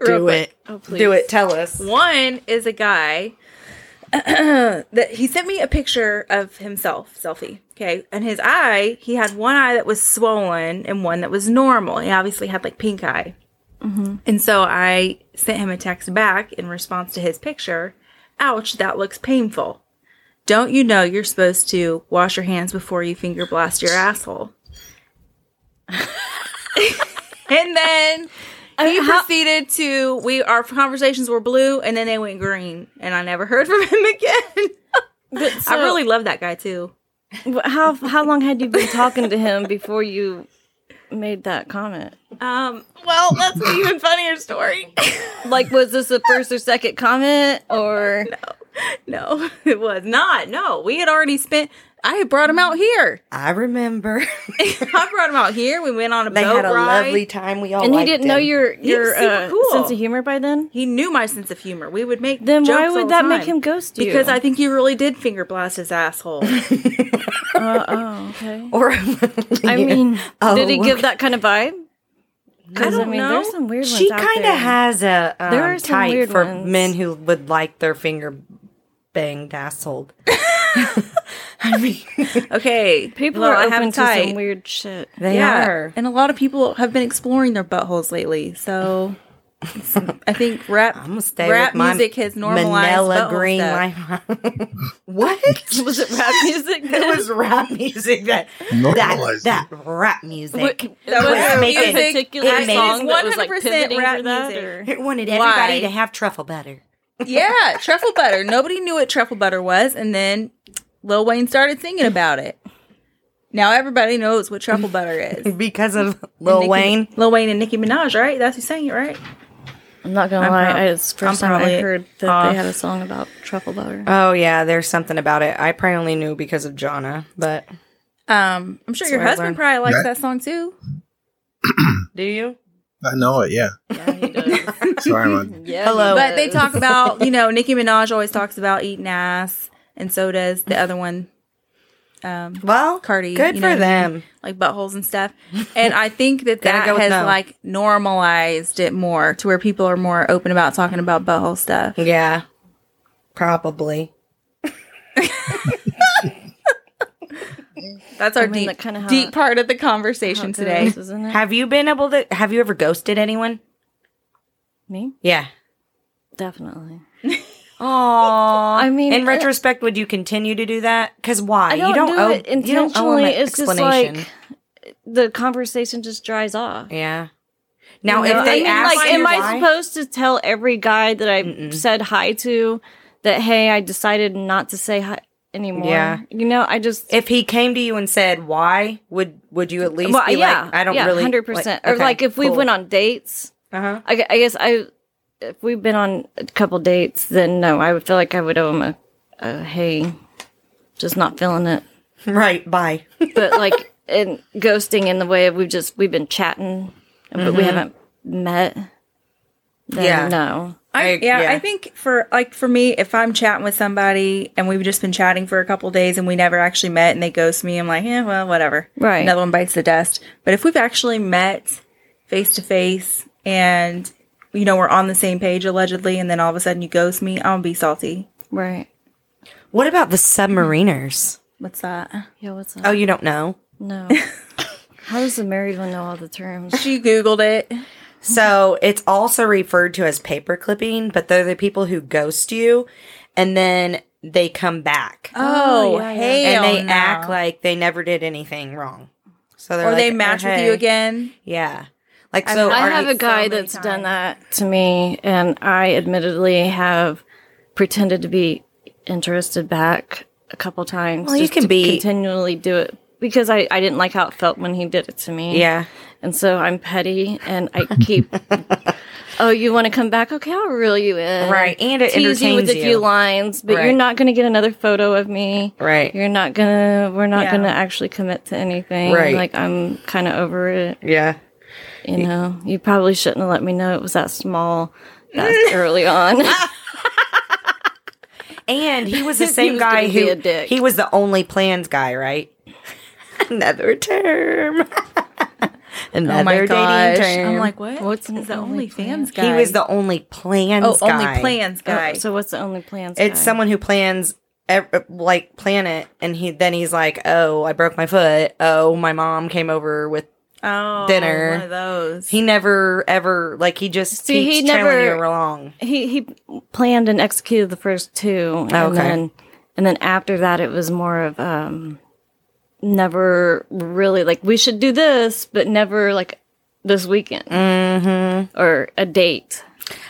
Speaker 4: Real
Speaker 1: Do
Speaker 4: quick.
Speaker 1: it.
Speaker 3: Oh, please.
Speaker 1: Do it. Tell us.
Speaker 4: One is a guy that he sent me a picture of himself selfie. Okay, and his eye, he had one eye that was swollen and one that was normal. He obviously had like pink eye, and so I sent him a text back in response to his picture. Ouch, that looks painful. Don't you know you're supposed to wash your hands before you finger blast your asshole? and then he proceeded to we our conversations were blue and then they went green and I never heard from him again.
Speaker 3: But
Speaker 4: I
Speaker 3: so-
Speaker 4: really love that guy too.
Speaker 3: Wh- How how long had you been talking to him before you made that comment?
Speaker 4: Um, well, that's an even funnier story.
Speaker 3: Like, was this the first or second comment, or
Speaker 4: no, it was not. No, we had already spent. I had brought him out here.
Speaker 1: I remember
Speaker 4: I brought him out here. We went on a
Speaker 1: they
Speaker 4: boat
Speaker 1: had a
Speaker 4: ride.
Speaker 1: lovely time. We all
Speaker 3: and he
Speaker 1: liked
Speaker 3: didn't know
Speaker 1: him.
Speaker 3: your your
Speaker 4: super
Speaker 3: uh,
Speaker 4: cool.
Speaker 3: sense of humor by then?
Speaker 4: he knew my sense of humor. We would make
Speaker 3: Then
Speaker 4: jokes
Speaker 3: why
Speaker 4: all
Speaker 3: would
Speaker 4: the
Speaker 3: that make
Speaker 4: time.
Speaker 3: him ghost you?
Speaker 4: Because I think he really did finger blast his asshole.
Speaker 3: Uh, oh, okay.
Speaker 1: Or
Speaker 3: I mean,
Speaker 1: Oh,
Speaker 3: did he
Speaker 1: okay.
Speaker 3: give that kind of vibe? Because I,
Speaker 4: don't
Speaker 3: mean,
Speaker 4: know.
Speaker 3: there's some weird ones.
Speaker 1: she
Speaker 3: out
Speaker 1: kind
Speaker 3: there.
Speaker 1: of has a um,
Speaker 3: There are some
Speaker 1: type
Speaker 3: weird
Speaker 1: for
Speaker 3: ones.
Speaker 1: men who would like their finger banged asshole. I mean,
Speaker 4: okay,
Speaker 3: people
Speaker 4: well,
Speaker 3: are
Speaker 4: I have
Speaker 3: open
Speaker 4: a
Speaker 3: to some
Speaker 4: type.
Speaker 3: weird shit.
Speaker 1: they
Speaker 4: yeah,
Speaker 1: are.
Speaker 4: and a lot of people have been exploring their buttholes lately. So it's- I think rap
Speaker 1: I'm gonna stay
Speaker 4: rap
Speaker 1: with my
Speaker 4: music has normalized
Speaker 1: Manila
Speaker 4: butthole
Speaker 1: green.
Speaker 4: stuff.
Speaker 1: Line. what?
Speaker 3: Was it rap music?
Speaker 1: It was rap music that that,
Speaker 2: Normalized.
Speaker 1: that rap music.
Speaker 4: That
Speaker 1: was
Speaker 4: was
Speaker 1: making-
Speaker 4: music.
Speaker 1: it made-
Speaker 3: that was, like,
Speaker 4: 100%
Speaker 3: pivoting
Speaker 4: rap
Speaker 3: for that,
Speaker 4: music.
Speaker 3: or-
Speaker 1: It wanted everybody
Speaker 4: Why?
Speaker 1: to have truffle butter.
Speaker 4: yeah, truffle butter. Nobody knew what truffle butter was, and then Lil Wayne started singing about it. Now everybody knows what truffle butter is.
Speaker 1: Because of Lil
Speaker 4: Nicki-
Speaker 1: Wayne.
Speaker 4: Lil Wayne, and Nicki Minaj, right? That's who sang it, right?
Speaker 3: I'm not gonna
Speaker 4: I'm
Speaker 3: lie.
Speaker 4: prob-
Speaker 3: I, it's the first
Speaker 4: I'm
Speaker 3: time I
Speaker 4: probably
Speaker 3: heard that
Speaker 4: off.
Speaker 3: they had a song about truffle butter.
Speaker 1: Oh yeah, there's something about it. I probably only knew because of Jonna, but
Speaker 4: Um, I'm sure your
Speaker 1: what I
Speaker 4: husband
Speaker 1: learned.
Speaker 4: probably likes
Speaker 2: Right.
Speaker 4: that song too.
Speaker 1: do you?
Speaker 2: I know it, yeah. Sorry, man.
Speaker 3: yeah,
Speaker 1: Hello.
Speaker 4: But they talk about, you know, Nicki Minaj always talks about eating ass, and so does the other one, um,
Speaker 1: Well,
Speaker 4: Cardi.
Speaker 1: good
Speaker 4: you know
Speaker 1: for
Speaker 4: what I
Speaker 1: them.
Speaker 4: mean? Like buttholes and stuff. And I think that
Speaker 1: Gotta
Speaker 4: that
Speaker 1: go with
Speaker 4: has
Speaker 1: no.
Speaker 4: like normalized it more to where people are more open about talking about butthole stuff.
Speaker 1: Yeah, probably.
Speaker 4: That's our
Speaker 3: I mean,
Speaker 4: deep,
Speaker 3: that kinda how
Speaker 4: deep
Speaker 3: it-
Speaker 4: part of the conversation today.
Speaker 3: isn't it?
Speaker 1: Have you been able to? Have you ever ghosted anyone?
Speaker 3: Me,
Speaker 1: Yeah.
Speaker 3: definitely.
Speaker 1: Aww.
Speaker 3: I mean,
Speaker 1: in
Speaker 3: it-
Speaker 1: retrospect, would you continue to do that? Because why?
Speaker 3: I don't
Speaker 1: Uh, you don't
Speaker 3: do
Speaker 1: owe.
Speaker 3: it
Speaker 1: you don't owe
Speaker 3: intentionally.
Speaker 1: an
Speaker 3: It's just
Speaker 1: explanation.
Speaker 3: like- The conversation just dries off.
Speaker 1: yeah. Now,
Speaker 3: You know,
Speaker 1: if they
Speaker 3: I mean,
Speaker 1: ask
Speaker 3: like,
Speaker 1: you
Speaker 3: am
Speaker 1: why-
Speaker 3: I supposed to tell every guy that I
Speaker 1: Mm-mm.
Speaker 3: said hi to that hey, I decided not to say hi anymore?
Speaker 1: Yeah.
Speaker 3: you know, I just
Speaker 1: if he came to you and said why, would would you at least
Speaker 3: well,
Speaker 1: be
Speaker 3: yeah,
Speaker 1: like, I don't
Speaker 3: yeah,
Speaker 1: really,
Speaker 3: hundred percent.
Speaker 1: okay,
Speaker 3: Or like if we
Speaker 1: cool.
Speaker 3: went on dates,
Speaker 1: Uh-huh.
Speaker 3: I, gu- I guess I if we've been on a couple dates, then no, I would feel like I would owe him a, a hey, just not feeling it.
Speaker 1: right, bye.
Speaker 3: but like and ghosting in the way of we've just we've been chatting but we haven't met then
Speaker 1: Mm-hmm. Yeah.
Speaker 3: no
Speaker 1: I-
Speaker 4: I, yeah,
Speaker 1: yeah.
Speaker 4: I think for like for me, if I'm chatting with somebody and we've just been chatting for a couple days and we never actually met and they ghost me, I'm like, eh, well, whatever.
Speaker 3: Right.
Speaker 4: Another one bites the dust. But if we've actually met face to face and you know we're on the same page allegedly, and then all of a sudden you ghost me, I'll be salty.
Speaker 3: right
Speaker 1: What about the submariners?
Speaker 4: What's that?
Speaker 3: yeah what's up
Speaker 1: Oh, you don't know.
Speaker 3: no how does the married one know all the terms
Speaker 4: She googled it.
Speaker 1: So it's also referred to as paper clipping, but they're the people who ghost you and then they come back.
Speaker 4: Oh, hey,
Speaker 1: and they act like they never did anything wrong. So they're
Speaker 4: or
Speaker 1: like,
Speaker 4: they match
Speaker 1: oh,
Speaker 4: with
Speaker 1: hey.
Speaker 4: you again.
Speaker 1: Yeah. Like so
Speaker 3: i
Speaker 1: are
Speaker 3: have
Speaker 1: you-
Speaker 3: a guy
Speaker 4: so many
Speaker 3: that's done
Speaker 4: times.
Speaker 3: that to me and i admittedly have pretended to be interested back a couple times
Speaker 1: Well, you
Speaker 3: just
Speaker 1: can
Speaker 3: to
Speaker 1: be-
Speaker 3: continually do it because I, I didn't like how it felt when he did it to me
Speaker 1: Yeah.
Speaker 3: And so I'm petty and I keep, oh, you want to come back? Okay, I'll reel you in.
Speaker 1: Right, and it
Speaker 3: Tease you with a
Speaker 1: entertains you.
Speaker 3: few lines, but
Speaker 1: Right.
Speaker 3: you're not going to get another photo of me.
Speaker 1: Right.
Speaker 3: You're not going to, we're not
Speaker 4: Yeah.
Speaker 3: going to actually commit to anything.
Speaker 1: Right.
Speaker 3: Like I'm kind of over it.
Speaker 1: Yeah.
Speaker 3: You know, you probably shouldn't have let me know it was that small that early on.
Speaker 1: And he was the
Speaker 3: He
Speaker 1: same
Speaker 3: was
Speaker 1: guy
Speaker 3: gonna be
Speaker 1: who
Speaker 3: a dick.
Speaker 1: he was the only plans guy, right? Another term. Another
Speaker 4: Oh my
Speaker 1: dating
Speaker 4: gosh!
Speaker 1: term.
Speaker 4: I'm like, what?
Speaker 3: What's an
Speaker 4: is the
Speaker 3: only
Speaker 4: OnlyFans
Speaker 1: he
Speaker 4: guy?
Speaker 1: was the only plans
Speaker 4: oh,
Speaker 1: guy.
Speaker 4: only plans guy.
Speaker 3: Oh, so what's the only plans?
Speaker 1: It's
Speaker 3: guy?
Speaker 1: someone who plans ev- like planet and he then he's like, "Oh, I broke my foot. Oh, my mom came over with
Speaker 4: oh,
Speaker 1: dinner.
Speaker 4: One of those.
Speaker 1: He never ever like he just
Speaker 3: See,
Speaker 1: keeps
Speaker 3: he
Speaker 1: trailing
Speaker 3: never-
Speaker 1: you along.
Speaker 3: he he planned and executed the first two and
Speaker 1: Okay.
Speaker 3: then and then after that it was more of um never really like we should do this but never like this weekend or a date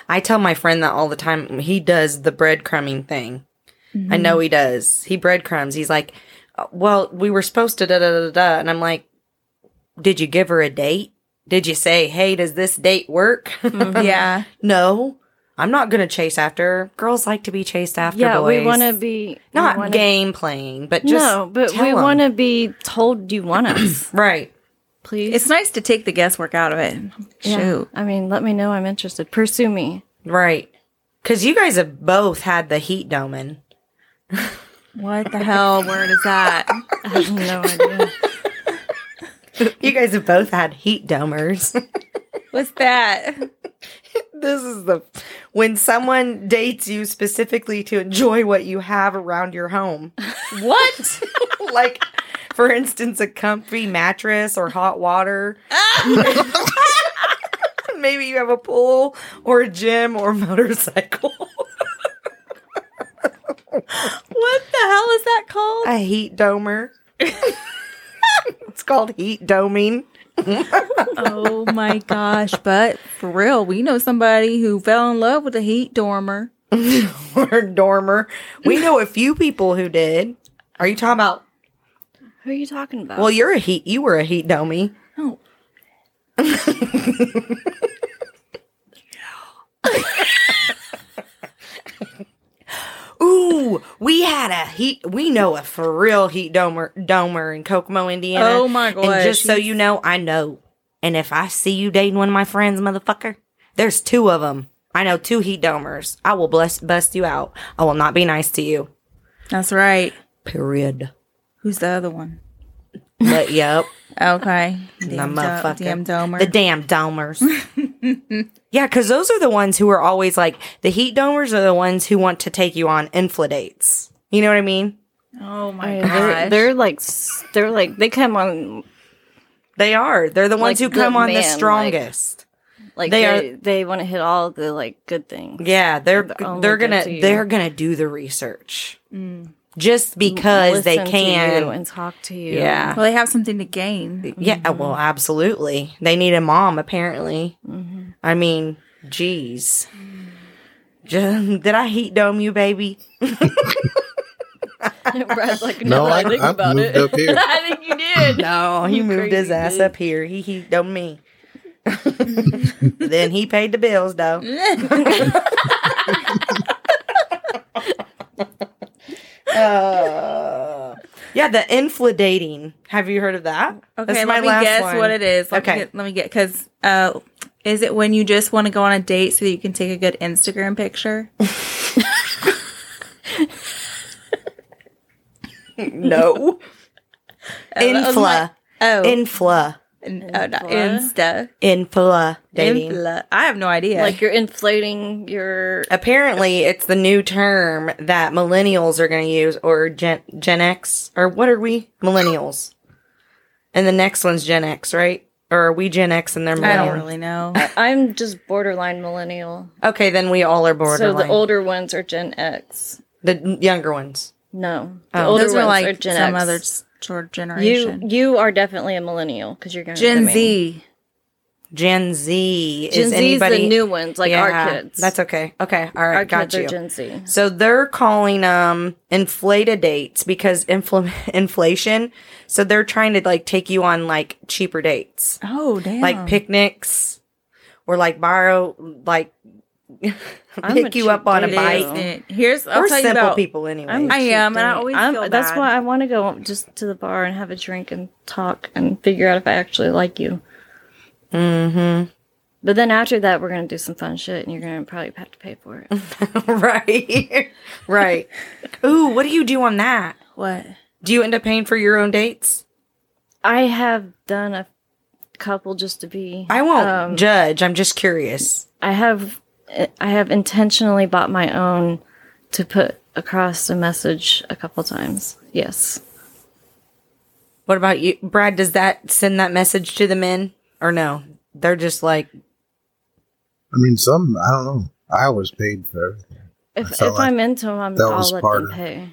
Speaker 1: I tell my friend that all the time. He does the breadcrumbing thing.
Speaker 3: Mm-hmm.
Speaker 1: I know he does. He breadcrumbs. He's like, "Uh, "Well, we were supposed to da da da da," and I'm like, "Did you give her a date? Did you say, "Hey, does this date work?"
Speaker 3: Mm-hmm.
Speaker 4: yeah.
Speaker 1: no. I'm not going to chase after. her. Girls like to be chased after
Speaker 3: yeah
Speaker 1: boys.
Speaker 3: we want to be we
Speaker 1: not
Speaker 3: wanna-
Speaker 1: game playing, but just
Speaker 3: no but we want to be told you want us
Speaker 1: right.
Speaker 3: please
Speaker 4: It's nice to take the guesswork out of it.
Speaker 3: Yeah.
Speaker 4: Shoot.
Speaker 3: i mean let me know i'm interested pursue me
Speaker 1: Right. Cuz you guys have both had the heat doming.
Speaker 4: What the hell word is that?
Speaker 3: i have no idea
Speaker 1: You guys have both had heat domers.
Speaker 4: What's that?
Speaker 1: this is the when someone dates you specifically to enjoy what you have around your home. What? like for instance a comfy mattress or hot water. Maybe you have a pool or a gym or a motorcycle.
Speaker 4: What the hell is that called?
Speaker 1: a heat domer. it's called heat doming.
Speaker 4: Oh my gosh. But for real, we know somebody who fell in love with a heat dormer.
Speaker 1: or dormer. We know a few people who did. Are you talking about?
Speaker 3: who are you talking about Oh
Speaker 1: Well, you're a heat. You were a heat dummy.
Speaker 4: Oh.
Speaker 1: Ooh, we had a heat. We know a for real heat domer domer in Kokomo, Indiana.
Speaker 4: Oh my
Speaker 1: And just so
Speaker 4: gosh,
Speaker 1: you know, I know. And if I see you dating one of my friends, motherfucker, there's two of them. I know two heat domers. I will bless bust you out. I will not be nice to you.
Speaker 4: That's right.
Speaker 1: Period.
Speaker 4: Who's the other one?
Speaker 1: But yep.
Speaker 4: Okay.
Speaker 1: The
Speaker 4: Damn do-
Speaker 1: motherfucker.
Speaker 4: damn domer.
Speaker 1: The damn domers. yeah, because those are the ones who are always like the heat domers are the ones who want to take you on infla dates. You know what I mean?
Speaker 4: oh my
Speaker 3: Yeah, they're, they're like s- they're like they come on
Speaker 1: They are. They're the ones
Speaker 3: Like
Speaker 1: who come
Speaker 3: the
Speaker 1: on the
Speaker 3: man, like-
Speaker 1: strongest.
Speaker 3: Like
Speaker 1: They
Speaker 3: they
Speaker 1: are-
Speaker 3: they, want to hit all the like good things.
Speaker 1: Yeah, they're
Speaker 3: They'll only
Speaker 1: they're
Speaker 3: give
Speaker 1: gonna
Speaker 3: to you.
Speaker 1: they're gonna do the research just because they
Speaker 3: Listen to you
Speaker 1: can.
Speaker 3: and talk to you.
Speaker 1: Yeah,
Speaker 4: Well, they have something to gain.
Speaker 1: yeah.
Speaker 3: Mm-hmm.
Speaker 1: Well, absolutely. They need a mom. Apparently,
Speaker 3: Mm-hmm.
Speaker 1: I mean, geez. J- Did I heat dome you, baby?
Speaker 3: Brad's like,
Speaker 2: No,
Speaker 3: no, I,
Speaker 2: I-
Speaker 3: think
Speaker 2: I
Speaker 3: about
Speaker 2: moved
Speaker 3: it.
Speaker 2: up here.
Speaker 3: I think you did.
Speaker 1: No, he
Speaker 4: Mm-hmm.
Speaker 3: You
Speaker 1: moved his
Speaker 3: crazy
Speaker 1: ass
Speaker 3: dude.
Speaker 1: up here. He heat domed me. then he paid the bills, though. Uh, yeah, the infla dating. Have you heard of that?
Speaker 4: Okay, let me guess what it is. Let
Speaker 1: Okay.
Speaker 4: Me get, let me get because uh, is it when you just want to go on a date so that you can take a good Instagram picture?
Speaker 1: No. infla.
Speaker 4: Oh,
Speaker 1: infla.
Speaker 4: n- oh, not
Speaker 3: Infla?
Speaker 4: Insta.
Speaker 1: Infla dating.
Speaker 4: Infla. I have no idea.
Speaker 3: Like you're inflating your
Speaker 1: Apparently, it's the new term that millennials are going to use, or Gen Gen X, or what are we? Millennials. And the next one's Gen X, right? Or are we Gen X and they're millennials?
Speaker 4: I don't really know.
Speaker 3: I'm just borderline millennial.
Speaker 1: Okay, then we all are borderline.
Speaker 3: So the older ones are Gen X.
Speaker 1: the younger ones.
Speaker 3: No, the
Speaker 1: Oh.
Speaker 3: older
Speaker 4: Those
Speaker 3: ones
Speaker 4: are like
Speaker 3: are Gen
Speaker 4: some
Speaker 3: X.
Speaker 4: other s- sort
Speaker 3: you
Speaker 4: of generation.
Speaker 3: you are definitely a millennial because you're gonna
Speaker 4: Gen
Speaker 3: I mean,
Speaker 4: Z.
Speaker 1: Gen Z
Speaker 3: Gen
Speaker 1: is
Speaker 3: Z
Speaker 1: anybody
Speaker 3: is the new ones, like
Speaker 1: Yeah,
Speaker 3: our kids.
Speaker 1: That's okay. Okay, all right,
Speaker 3: our
Speaker 1: got
Speaker 3: kids
Speaker 1: you.
Speaker 3: are Gen Z.
Speaker 1: So they're calling um inflated dates because infl- inflation. So they're trying to like take you on like cheaper dates,
Speaker 4: Oh damn!
Speaker 1: like picnics, or like borrow like
Speaker 3: I'm a
Speaker 1: pick you up
Speaker 3: cheap
Speaker 1: on a
Speaker 3: date.
Speaker 1: bike.
Speaker 4: It- Here's I'll
Speaker 1: We're
Speaker 4: tell you
Speaker 1: simple
Speaker 4: about.
Speaker 1: people anyway.
Speaker 3: I'm
Speaker 4: I am, Um, and I always
Speaker 3: I'm-
Speaker 4: feel
Speaker 3: that's
Speaker 4: bad.
Speaker 3: why I want to go just to the bar and have a drink and talk and figure out if I actually like you. Mm-hmm.
Speaker 1: Mm-hmm.
Speaker 3: But then after that, we're gonna do some fun shit, and you're gonna probably have to pay for it.
Speaker 1: right, right. Ooh, what do you do on that?
Speaker 4: What?
Speaker 1: Do you end up paying for your own dates?
Speaker 3: I have done a couple just to be.
Speaker 1: I won't
Speaker 3: um,
Speaker 1: judge. I'm just curious.
Speaker 3: I have I have intentionally bought my own to put across a message a couple times. Yes.
Speaker 1: What about you, Brad? Does that send that message to the men or no? They're just like,
Speaker 2: I mean, some I don't know. I was paid for everything.
Speaker 3: If if
Speaker 2: felt like
Speaker 3: I'm into them, I'm,
Speaker 2: that
Speaker 3: I'll
Speaker 2: was
Speaker 3: let
Speaker 2: part
Speaker 3: them
Speaker 2: of-
Speaker 3: pay.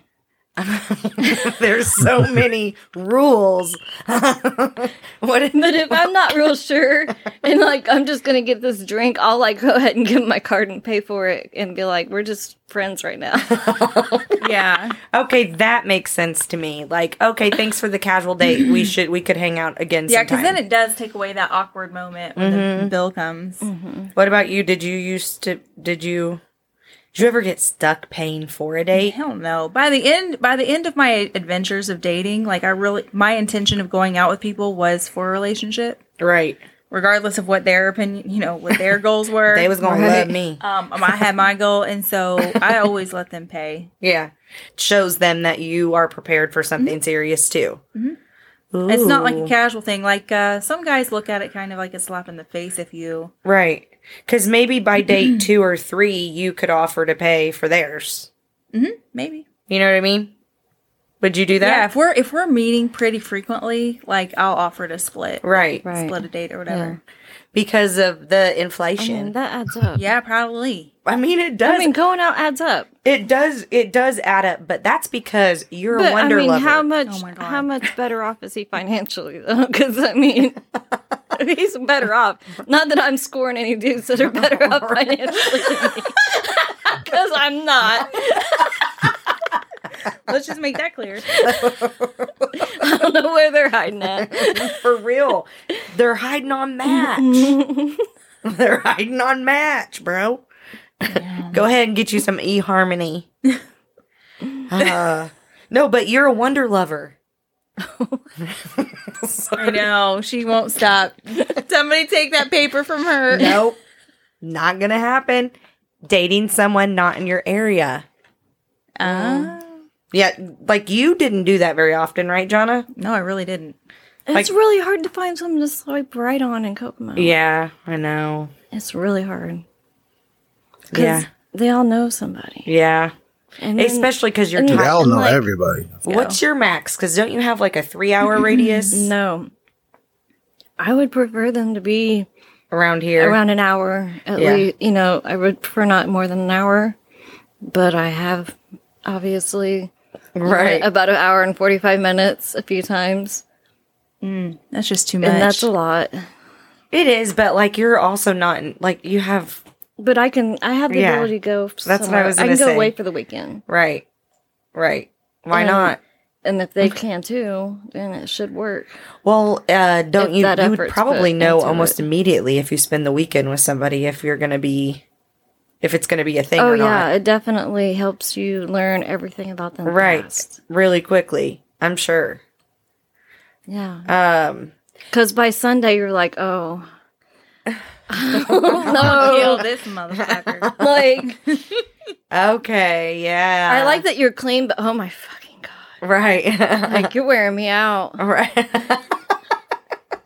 Speaker 1: there's so many rules. what? if-
Speaker 3: But if I'm not real sure and like I'm just gonna get this drink, I'll like go ahead and give 'em my card and pay for it and be like, we're just friends right now.
Speaker 4: Yeah.
Speaker 1: Okay, that makes sense to me. Like, okay, thanks for the casual date. We should we could hang out again.
Speaker 4: Yeah,
Speaker 1: sometime.
Speaker 4: because then it does take away that awkward moment when
Speaker 1: Mm-hmm.
Speaker 4: the bill comes.
Speaker 3: Mm.
Speaker 1: What about you? Did you used to? Did you? Did you ever get stuck paying for a date?
Speaker 4: Hell no. By the end, by the end of my adventures of dating, like I really, my intention of going out with people was for a relationship,
Speaker 1: Right.
Speaker 4: regardless of what their opinion, you know, what their goals were.
Speaker 1: They was gonna
Speaker 4: Right.
Speaker 1: love me.
Speaker 4: Um, I had my goal, and so I always let them pay.
Speaker 1: Yeah. Shows them that you are prepared for something serious too.
Speaker 4: Mm-hmm. It's not like a
Speaker 1: Ooh.
Speaker 4: casual thing. Like uh, some guys look at it kind of like a slap in the face if you.
Speaker 1: Right. Because maybe by date two or three, you could offer to pay for theirs.
Speaker 4: Maybe.
Speaker 1: You know what I mean? Would you do
Speaker 4: Yeah,
Speaker 1: that?
Speaker 4: if we're if we're meeting pretty frequently, like I'll offer to split,
Speaker 1: Right.
Speaker 3: Right.
Speaker 4: split a date or whatever.
Speaker 1: Because of the
Speaker 3: I mean,
Speaker 4: Mm-hmm.
Speaker 1: inflation.
Speaker 3: that adds up.
Speaker 4: Yeah, probably.
Speaker 1: I mean, it does.
Speaker 3: I mean, going out adds up.
Speaker 1: it does. It does add up, but that's because you're a
Speaker 3: But I
Speaker 1: wonder
Speaker 3: mean,
Speaker 1: lover.
Speaker 3: how much?
Speaker 4: my God.
Speaker 3: how much better off is he financially though? Because I mean, he's better off. Not that I'm scoring any dudes that are better off financially than me, because I'm not.
Speaker 4: Let's just make that clear.
Speaker 3: I don't know where they're hiding at.
Speaker 1: for real. They're hiding on match. They're hiding on match, bro. Go ahead and get you some eHarmony. Uh, no, but you're a wonder lover.
Speaker 4: I know she won't stop. Somebody take that paper from her.
Speaker 1: Nope. Not gonna happen. Dating someone not in your area.
Speaker 4: Uh,
Speaker 1: Yeah, like you didn't do that very often, right, Jonna?
Speaker 4: no, I really didn't.
Speaker 3: it's really hard to find something to swipe right on in Kokomo.
Speaker 1: Yeah, I know.
Speaker 3: It's really hard. 'Cause
Speaker 1: Yeah.
Speaker 3: They all know somebody.
Speaker 1: Yeah.
Speaker 3: And then-
Speaker 1: Especially because you're
Speaker 3: and then-
Speaker 2: They
Speaker 1: tired.
Speaker 2: all know
Speaker 3: like-
Speaker 2: everybody.
Speaker 1: What's your max? Because don't you have like a three hour radius?
Speaker 3: No. I would prefer them to be
Speaker 1: around here.
Speaker 3: around an hour at
Speaker 1: Yeah.
Speaker 3: least. You know, I would prefer not more than an hour, but I have obviously
Speaker 1: right.
Speaker 3: about an hour and forty five minutes a few times,
Speaker 4: That's just too much.
Speaker 3: and that's a lot.
Speaker 1: It is, but like you're also not in- like you have
Speaker 3: But I can. I have the
Speaker 1: Yeah.
Speaker 3: ability to go.
Speaker 1: what I
Speaker 3: somewhere.
Speaker 1: was
Speaker 3: I can
Speaker 1: gonna
Speaker 3: go
Speaker 1: say.
Speaker 3: away for the weekend,
Speaker 1: right, right. Why
Speaker 3: Um,
Speaker 1: not?
Speaker 3: and if they can too, then it should work.
Speaker 1: Well, uh, don't
Speaker 3: if
Speaker 1: you?
Speaker 3: that
Speaker 1: You would
Speaker 3: effort's
Speaker 1: probably
Speaker 3: put
Speaker 1: know
Speaker 3: into
Speaker 1: almost
Speaker 3: it.
Speaker 1: immediately if you spend the weekend with somebody if you're gonna be, if it's gonna be a thing
Speaker 3: Oh
Speaker 1: or
Speaker 3: yeah,
Speaker 1: not.
Speaker 3: it definitely helps you learn everything about them.
Speaker 1: Right,
Speaker 3: fast.
Speaker 1: really quickly. I'm sure.
Speaker 3: Yeah.
Speaker 1: Um,
Speaker 3: Because by Sunday you're like, oh.
Speaker 4: kill
Speaker 3: no,
Speaker 4: this motherfucker.
Speaker 3: like
Speaker 1: okay, yeah.
Speaker 3: I like that you're clean, but oh my fucking god,
Speaker 1: Right,
Speaker 3: like you're wearing me out.
Speaker 1: right.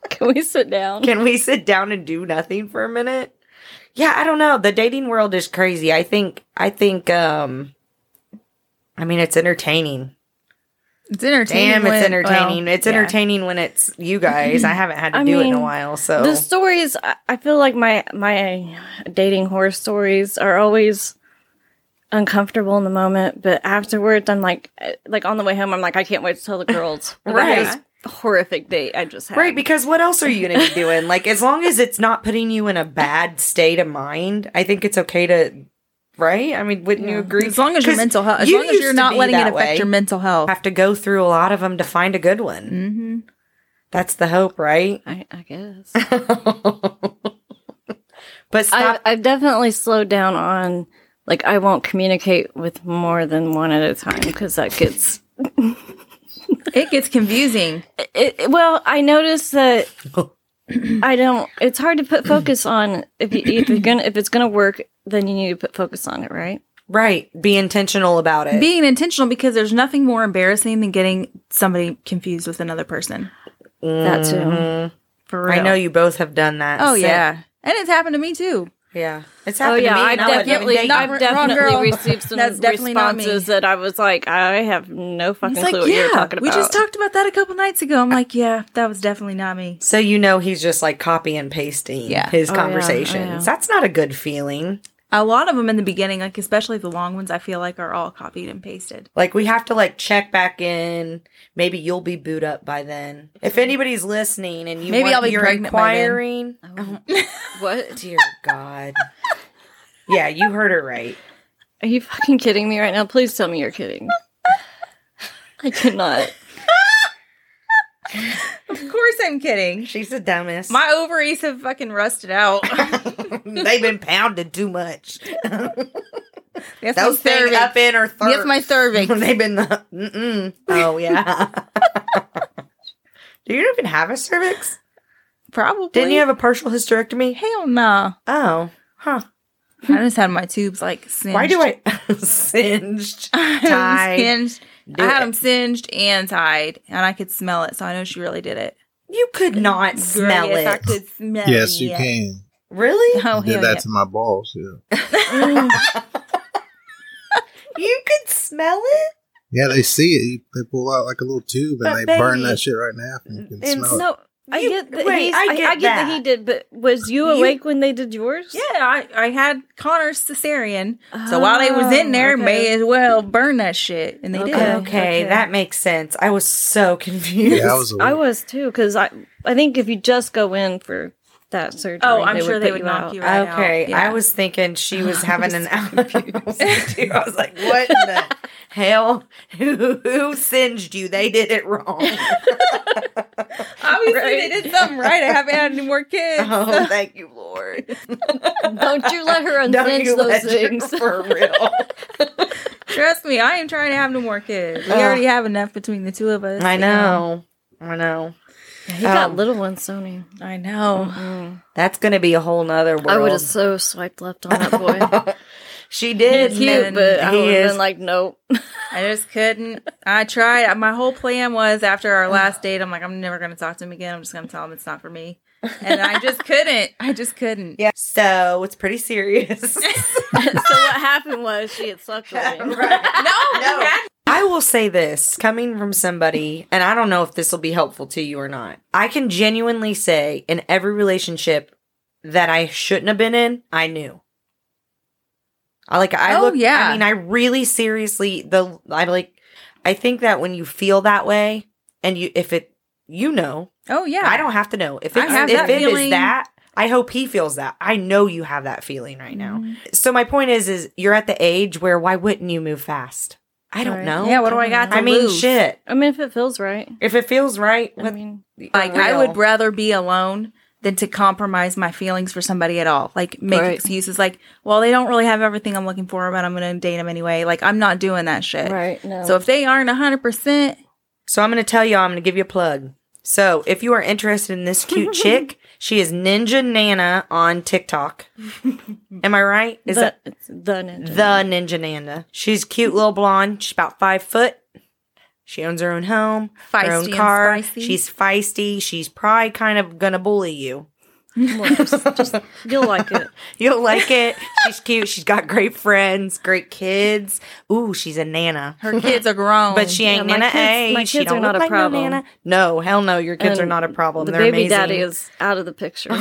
Speaker 3: Can we sit down?
Speaker 1: Can we sit down and do nothing for a minute? Yeah, I don't know. The dating world is crazy. I think I think um I mean it's entertaining.
Speaker 4: It's entertaining.
Speaker 1: Damn,
Speaker 4: when-
Speaker 1: it's entertaining.
Speaker 4: well,
Speaker 1: it's
Speaker 4: yeah.
Speaker 1: entertaining when it's you guys. I haven't had to
Speaker 3: I
Speaker 1: do it in a
Speaker 3: mean,
Speaker 1: while, so
Speaker 3: The stories, I- I feel like my my dating horror stories are always uncomfortable in the moment, but afterwards, I'm like, eh, like on the way home, I'm like, I can't wait to tell the girls about
Speaker 1: Right.
Speaker 3: this horrific date I just had.
Speaker 1: Right, because what else are you going to be doing? Like, as long as it's not putting you in a bad state of mind, I think it's okay to, right? I mean, wouldn't you agree?
Speaker 4: As long as your
Speaker 1: 'Cause
Speaker 4: mental health, as
Speaker 1: you
Speaker 4: long as
Speaker 1: used
Speaker 4: you're
Speaker 1: to
Speaker 4: not
Speaker 1: be
Speaker 4: letting it
Speaker 1: that
Speaker 4: affect
Speaker 1: way.
Speaker 4: your mental health.
Speaker 1: have to go through a lot of them to find a good one.
Speaker 4: Mm-hmm.
Speaker 1: That's the hope, right?
Speaker 3: I, I guess.
Speaker 1: but
Speaker 3: I've,
Speaker 1: stop.
Speaker 3: I've definitely slowed down on like I won't communicate with more than one at a time because that gets
Speaker 4: It gets confusing.
Speaker 3: it, it- Well, I noticed that I don't. It's hard to put focus on if you, if you're gonna if it's gonna work, then you need to put focus on it, right?
Speaker 1: right. Be intentional about it.
Speaker 4: Being intentional because there's nothing more embarrassing than getting somebody confused with another person.
Speaker 3: That too.
Speaker 1: Mhm.
Speaker 4: For real.
Speaker 1: I know you both have done that.
Speaker 4: Oh
Speaker 1: So-
Speaker 4: yeah, and it's happened to me too.
Speaker 1: Yeah. It's
Speaker 3: Oh
Speaker 1: happened
Speaker 3: yeah,
Speaker 1: to me.
Speaker 3: I've
Speaker 1: and I wasn't even
Speaker 3: definitely,
Speaker 1: dating.
Speaker 4: not
Speaker 3: I've
Speaker 4: wrong
Speaker 3: definitely
Speaker 4: girl.
Speaker 3: received some
Speaker 4: That's definitely not me.
Speaker 3: responses that I was like, I have no fucking clue what you're talking about.
Speaker 4: we just talked about that a couple nights ago. I'm like, yeah, that was definitely not me.
Speaker 1: So you know he's just like copy and pasting
Speaker 4: Yeah.
Speaker 1: his
Speaker 3: Oh, yeah. Oh,
Speaker 1: conversations.
Speaker 3: yeah.
Speaker 1: That's not a good feeling.
Speaker 4: A lot of them in the beginning, like especially the long ones, I feel like are all copied and pasted.
Speaker 1: Like we have to like check back in. Maybe you'll be booed up by then. If anybody's listening and you
Speaker 4: Maybe
Speaker 1: want,
Speaker 4: I'll be
Speaker 1: you're
Speaker 4: pregnant by then.
Speaker 1: inquiring. oh,
Speaker 3: what?
Speaker 1: Dear God. yeah, you heard her right.
Speaker 3: Are you fucking kidding me right now? Please tell me you're kidding. I cannot.
Speaker 4: Of course, I'm kidding.
Speaker 1: She's the dumbest.
Speaker 4: My ovaries have fucking rusted out.
Speaker 1: They've been pounded too much.
Speaker 4: That's
Speaker 1: Those
Speaker 4: my
Speaker 1: things
Speaker 4: cervix.
Speaker 1: up in her throat.
Speaker 4: That's my cervix.
Speaker 1: They've been the. Mm-mm. Oh yeah. Do you even have a cervix?
Speaker 4: Probably.
Speaker 1: Didn't you have a partial hysterectomy?
Speaker 4: Hell no.
Speaker 1: Oh, huh.
Speaker 4: I just had my tubes like singed.
Speaker 1: Why do I singed
Speaker 4: I
Speaker 1: tied?
Speaker 4: singed?
Speaker 1: Do
Speaker 4: I had
Speaker 1: it.
Speaker 4: them singed and tied, and I could smell it, so I know she really did it.
Speaker 1: You could not
Speaker 4: Girl,
Speaker 1: smell
Speaker 4: yes, I
Speaker 1: it.
Speaker 4: could smell
Speaker 2: Yes, you
Speaker 4: it.
Speaker 2: can.
Speaker 1: Really?
Speaker 4: Oh,
Speaker 2: I did
Speaker 4: hell
Speaker 2: that
Speaker 4: yeah.
Speaker 2: to my balls. Yeah.
Speaker 1: You could smell it?
Speaker 2: yeah, they see it. You- They pull out like a little tube and
Speaker 1: But
Speaker 2: they
Speaker 1: baby-
Speaker 2: burn that shit right in half and you can
Speaker 1: And
Speaker 2: smell it.
Speaker 3: No, I
Speaker 1: You-
Speaker 3: get that.
Speaker 1: wait,
Speaker 3: he's,
Speaker 1: I
Speaker 3: I, I
Speaker 1: get
Speaker 3: get that.
Speaker 1: that.
Speaker 3: he did, but was you
Speaker 4: You-
Speaker 3: awake when they did yours?
Speaker 4: Yeah, I, I had Connor's cesarean, so while they was in there,
Speaker 3: okay.
Speaker 4: may as well burn that shit, and they
Speaker 3: Okay.
Speaker 1: Oh, Okay,
Speaker 4: did.
Speaker 3: okay.
Speaker 1: that makes sense. I was so confused.
Speaker 2: Yeah, I was.
Speaker 3: I
Speaker 2: awake.
Speaker 3: was too, because I I think if you just go in for that surgery,
Speaker 4: Oh, I'm sure they
Speaker 3: put
Speaker 4: would
Speaker 3: you
Speaker 4: knock
Speaker 3: out.
Speaker 4: you out.
Speaker 1: Okay,
Speaker 4: right out. Yeah.
Speaker 1: I was thinking she was having an out. too. I was like, what the hell? Who, who singed you? They did it wrong.
Speaker 4: Obviously, they did something right. I haven't had any more kids.
Speaker 1: Oh, thank you, Lord.
Speaker 3: Don't you let her
Speaker 1: Don't
Speaker 3: unzinch
Speaker 1: you
Speaker 3: those
Speaker 1: let your-
Speaker 3: things.
Speaker 1: for real.
Speaker 4: Trust me, I ain't trying to have no more kids. We
Speaker 1: Ugh.
Speaker 4: already have enough between the two of us.
Speaker 1: Oh. I
Speaker 4: you
Speaker 1: know. I know.
Speaker 3: He got
Speaker 1: Um,
Speaker 3: little ones, Sony.
Speaker 4: I know.
Speaker 1: That's gonna be a whole nother world.
Speaker 3: I would have so swiped left on that boy.
Speaker 1: she did.
Speaker 3: He's
Speaker 1: and
Speaker 3: cute, but I
Speaker 1: he
Speaker 3: would have
Speaker 1: is
Speaker 3: been like, nope.
Speaker 4: I just couldn't. I tried. My whole plan was after our last date, I'm like, I'm never going to talk to him again. I'm just going to tell him it's not for me. And I just couldn't. I just couldn't.
Speaker 1: Yeah. So it's pretty serious.
Speaker 3: so what happened was she had slept with him.
Speaker 1: Right.
Speaker 4: No,
Speaker 1: No.
Speaker 4: Dad.
Speaker 1: I will say this coming from somebody, and I don't know if this will be helpful to you or not. I can genuinely say in every relationship, that I shouldn't have been in, I knew. I like I
Speaker 4: Oh,
Speaker 1: look
Speaker 4: yeah.
Speaker 1: I mean I really seriously the I like I think that when you feel that way and you if it you know,
Speaker 4: Oh yeah,
Speaker 1: I don't have to know. If it's,
Speaker 4: have
Speaker 1: if
Speaker 4: that
Speaker 1: it is
Speaker 4: feeling.
Speaker 1: that, I hope he feels that. I know you have that feeling right now.
Speaker 4: Mm-hmm.
Speaker 1: So my point is is you're at the age where why wouldn't you move fast? I don't
Speaker 3: Right.
Speaker 1: know.
Speaker 4: Yeah, what do I got? To
Speaker 1: I mean
Speaker 4: lose?
Speaker 1: shit.
Speaker 3: I mean, if it feels right.
Speaker 1: If it feels right,
Speaker 3: I
Speaker 1: let-
Speaker 3: mean,
Speaker 4: Like I
Speaker 1: real.
Speaker 4: would rather be alone than to compromise my feelings for somebody at all. Like make
Speaker 3: Right.
Speaker 4: excuses like, well, they don't really have everything I'm looking for, but I'm going to date them anyway. Like I'm not doing that shit.
Speaker 3: right. No.
Speaker 4: So if they aren't 100%,
Speaker 1: So I'm going to tell you, I'm going to give you a plug. So if you are interested in this cute chick, she is Ninja Nana on TikTok. Am I right? Is
Speaker 3: the,
Speaker 1: that
Speaker 3: it's the ninja.
Speaker 1: the Ninja Nana? She's cute little blonde. She's about five foot. She owns her own home, her
Speaker 4: Feisty
Speaker 1: own
Speaker 4: and
Speaker 1: car.
Speaker 4: spicy.
Speaker 1: She's feisty. She's probably kind of gonna bully you.
Speaker 3: Well, just- just- you'll like it.
Speaker 1: You'll like it. She's cute. She's got great friends, great kids. Ooh, she's a nana.
Speaker 4: her kids are grown.
Speaker 1: But she
Speaker 3: Oh, Yeah,
Speaker 1: ain't
Speaker 3: my
Speaker 1: Nana
Speaker 3: kids-
Speaker 1: A.
Speaker 3: my
Speaker 1: she
Speaker 3: kids
Speaker 1: don't
Speaker 3: are not
Speaker 1: look
Speaker 3: a
Speaker 1: like no
Speaker 3: problem.
Speaker 1: Nana. No, hell no. Your kids are
Speaker 3: And
Speaker 1: not a problem.
Speaker 3: The
Speaker 1: They're
Speaker 3: baby
Speaker 1: amazing.
Speaker 3: daddy is out of the picture.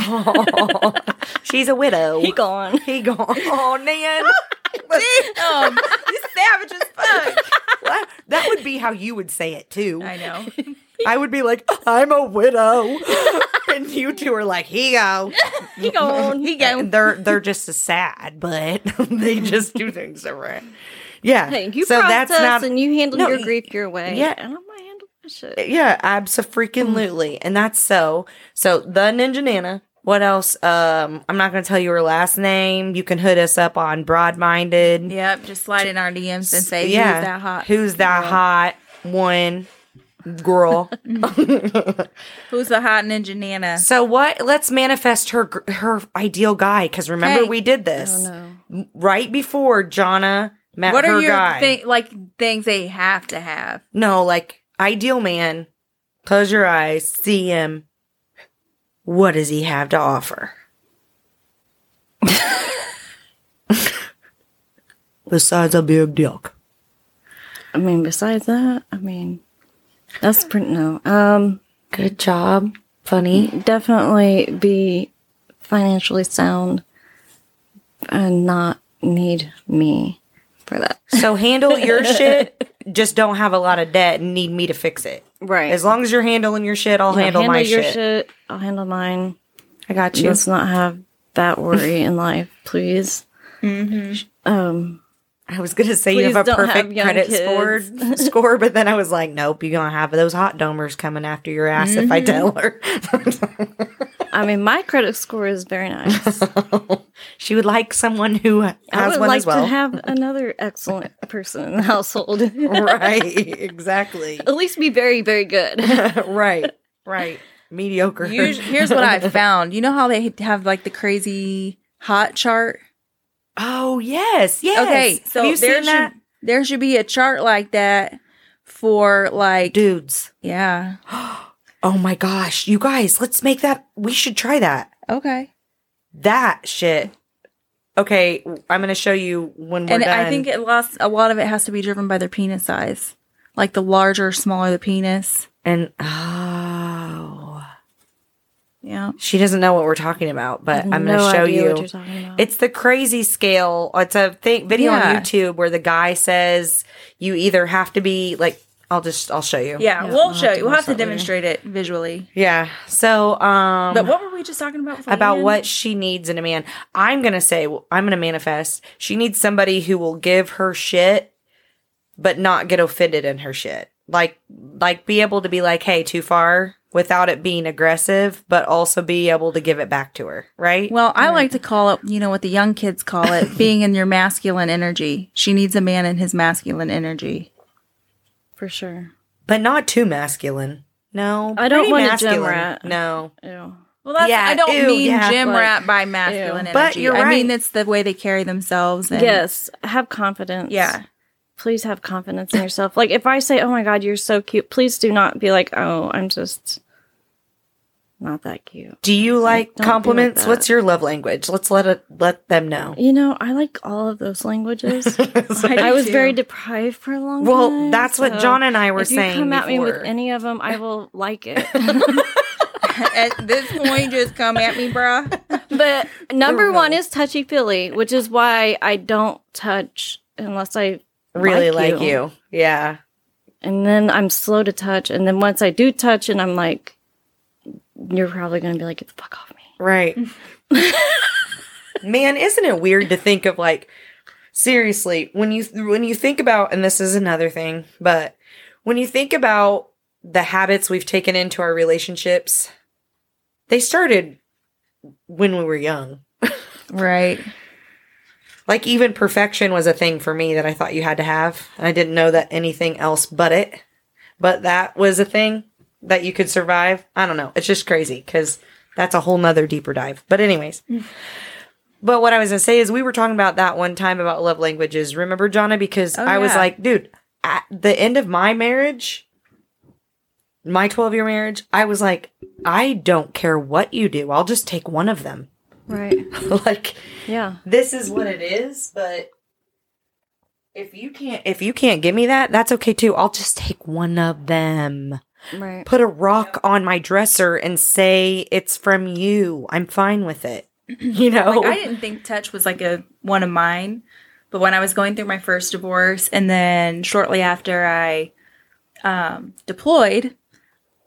Speaker 1: She's a widow.
Speaker 3: he gone.
Speaker 1: He gone. Oh, Nan.
Speaker 4: Damn, you savage as fuck.
Speaker 1: That- that would be how you would say it, too.
Speaker 4: I know.
Speaker 1: I would be like, I'm a widow. and you two are like, he go.
Speaker 3: He gone.
Speaker 4: He go.
Speaker 1: They're, they're just as sad, but they just do things different. Yeah.
Speaker 3: Hey, you so that's us and you handle
Speaker 1: No,
Speaker 3: your
Speaker 1: y-
Speaker 3: grief your way.
Speaker 1: yeah.
Speaker 3: and I'm gonna handle my shit.
Speaker 1: Yeah, absolutely. And that's so. So the Ninja Nana. What else? Um, I'm not gonna tell you her last name. You can hit us up on Broadminded.
Speaker 4: Yep, just slide in our DMs and say, who's that hot?
Speaker 1: Who's that hot one girl?
Speaker 4: Who's the hot ninja Nana?
Speaker 1: so what? Let's manifest her gr- her ideal guy. Because remember
Speaker 4: Hey.
Speaker 1: we did this right before Jana met
Speaker 4: What
Speaker 1: her
Speaker 4: are your
Speaker 1: guy.
Speaker 4: thi- like things they have to have?
Speaker 1: no, like ideal man. Close your eyes, see him. What does he have to offer? Besides a big dick.
Speaker 3: I mean, besides that, I mean, that's pretty no. Um,
Speaker 1: Good job, funny.
Speaker 3: definitely be financially sound and not need me for that.
Speaker 1: So handle your shit. Just don't have a lot of debt and need me to fix it.
Speaker 3: Right.
Speaker 1: As long as you're handling your shit, I'll handle, my
Speaker 3: your
Speaker 1: shit.
Speaker 3: I'll handle mine.
Speaker 1: I got you.
Speaker 3: Let's not have that worry in life, please.
Speaker 1: Mm-hmm.
Speaker 3: Um,
Speaker 1: I was gonna say you
Speaker 3: Please
Speaker 1: have a
Speaker 3: don't have
Speaker 1: perfect
Speaker 3: young
Speaker 1: credit
Speaker 3: kids.
Speaker 1: score, score, but then I was like, nope, you're gonna have those hot domers coming after your ass if
Speaker 3: Mm-hmm.
Speaker 1: I tell her.
Speaker 3: I mean, my credit score is very nice.
Speaker 1: she would like someone who has
Speaker 3: I would
Speaker 1: one
Speaker 3: like
Speaker 1: as well.
Speaker 3: to have another excellent person in the household.
Speaker 1: right, exactly.
Speaker 3: At least be very, very good.
Speaker 1: right, right. Mediocre.
Speaker 4: Here's, here's what I found. You know how they have like the crazy hot chart?
Speaker 1: oh yes, yes.
Speaker 4: Okay, so
Speaker 1: have you
Speaker 4: there
Speaker 1: seen
Speaker 4: should
Speaker 1: that?
Speaker 4: there should be a chart like that for like
Speaker 1: Dudes.
Speaker 4: yeah.
Speaker 1: Oh my gosh, you guys, let's make that. We should try that.
Speaker 4: Okay.
Speaker 1: That shit. Okay, I'm gonna show you when we're
Speaker 4: and
Speaker 1: done.
Speaker 4: I think it lost a lot of it has to be driven by their penis size. Like the larger, smaller the penis.
Speaker 1: and oh.
Speaker 4: Yeah.
Speaker 1: She doesn't know what we're talking about, but I'm going to
Speaker 3: no
Speaker 1: show
Speaker 3: idea
Speaker 1: you.
Speaker 3: what you're talking about.
Speaker 1: It's the crazy scale. It's a thing video
Speaker 4: Yeah.
Speaker 1: on YouTube where the guy says you either have to be like I'll just I'll show you.
Speaker 4: Yeah, we'll,
Speaker 3: have
Speaker 4: show
Speaker 3: to
Speaker 4: you. We'll
Speaker 3: watch
Speaker 4: have to
Speaker 3: that later.
Speaker 4: demonstrate it visually.
Speaker 1: Yeah. So um
Speaker 4: But what were we just talking about? before
Speaker 1: about
Speaker 4: we
Speaker 1: what she needs in a man. I'm going to say I'm going to manifest. She needs somebody who will give her shit but not get offended in her shit. Like like be able to be like, "Hey, too far." Without it being aggressive, but also be able to give it back to her, right?
Speaker 4: Well, I like to call it, you know, what the young kids call it, being in your masculine energy. She needs a man in his masculine energy.
Speaker 3: for sure.
Speaker 1: but not too masculine. No,
Speaker 3: I don't
Speaker 1: pretty
Speaker 3: want a gym
Speaker 1: masculine.
Speaker 3: rat.
Speaker 1: No,
Speaker 3: Ew.
Speaker 4: Well, that's,
Speaker 1: Yeah,
Speaker 4: I don't
Speaker 1: ew,
Speaker 4: mean
Speaker 1: yeah,
Speaker 4: gym
Speaker 3: like,
Speaker 4: rat by masculine energy.
Speaker 1: But you're
Speaker 4: I mean
Speaker 1: right.
Speaker 4: it's the way they carry themselves. And,
Speaker 3: Yes, have confidence.
Speaker 4: Yeah.
Speaker 3: Please have confidence in yourself. Like if I say, "Oh my god, you're so cute." Please do not be like, "Oh, I'm just not that cute."
Speaker 1: Do you like
Speaker 3: don't be like
Speaker 1: compliments?
Speaker 3: that.
Speaker 1: What's your love language? Let's let it let them know.
Speaker 3: You know, I like all of those languages. I was very deprived for a long
Speaker 1: Well,
Speaker 3: time.
Speaker 1: that's what
Speaker 3: so
Speaker 1: John and I were
Speaker 3: if you
Speaker 1: saying
Speaker 3: come at me with
Speaker 1: before.
Speaker 3: any of them, I will like it.
Speaker 4: At this point, just come at me, bruh.
Speaker 3: but number one is touchy feely, which is why I don't touch unless I
Speaker 1: really like, you. Yeah.
Speaker 3: And then I'm slow to touch. And then once I do touch, and I'm like, you're probably going to be like, get the fuck off me.
Speaker 1: Right. Man, isn't it weird to think of like seriously, when you when you think about and this is another thing, but when you think about the habits we've taken into our relationships, they started when we were young.
Speaker 4: Right.
Speaker 1: Like even perfection was a thing for me that I thought you had to have. And I didn't know that anything else but it. But that was a thing that you could survive. I don't know. It's just crazy because that's a whole nother deeper dive. But anyways. but what I was gonna say is we were talking about that one time about love languages. Remember, Jonna? Because I was
Speaker 4: yeah.
Speaker 1: like, dude, at the end of my marriage, my 12 year marriage, I was like, I don't care what you do. I'll just take one of them.
Speaker 3: Right.
Speaker 1: like
Speaker 3: Yeah.
Speaker 1: this is what it is but if you can't if you can't give me that that's okay too i'll just take one of them
Speaker 3: Right.
Speaker 1: put a rock on my dresser and say it's from you i'm fine with it you know
Speaker 4: Like, I didn't think touch was like a one of mine, but when I was going through my first divorce and then shortly after I um, deployed,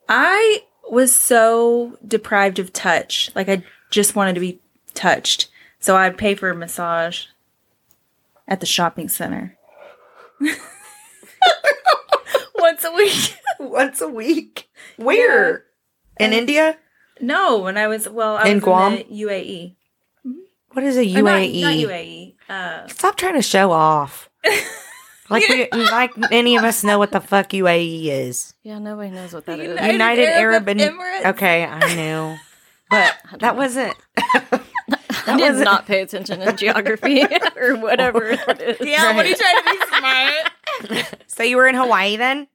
Speaker 4: I was so deprived of touch. Like I just wanted to be touched. So I'd pay for a massage at the shopping center. Once a week.
Speaker 1: once a week where in india
Speaker 4: No, when I was well, I was
Speaker 1: In
Speaker 4: in
Speaker 1: Guam?
Speaker 4: the UAE.
Speaker 1: what is a E.
Speaker 4: Or
Speaker 1: uae
Speaker 4: Uh, not- Not, UAE. Uh,
Speaker 1: stop trying to show off like we, like any of us know what the fuck uae is
Speaker 3: Yeah. Nobody knows what that is.
Speaker 4: United
Speaker 1: United Arab,
Speaker 4: Arab
Speaker 1: and
Speaker 4: Emirates.
Speaker 1: Okay, I knew, but that wasn't.
Speaker 3: I
Speaker 1: that
Speaker 3: did
Speaker 1: wasn't. Oh.
Speaker 3: not pay attention in geography or whatever it is.
Speaker 4: yeah, what are you trying to be smart?
Speaker 1: So you were in Hawaii then?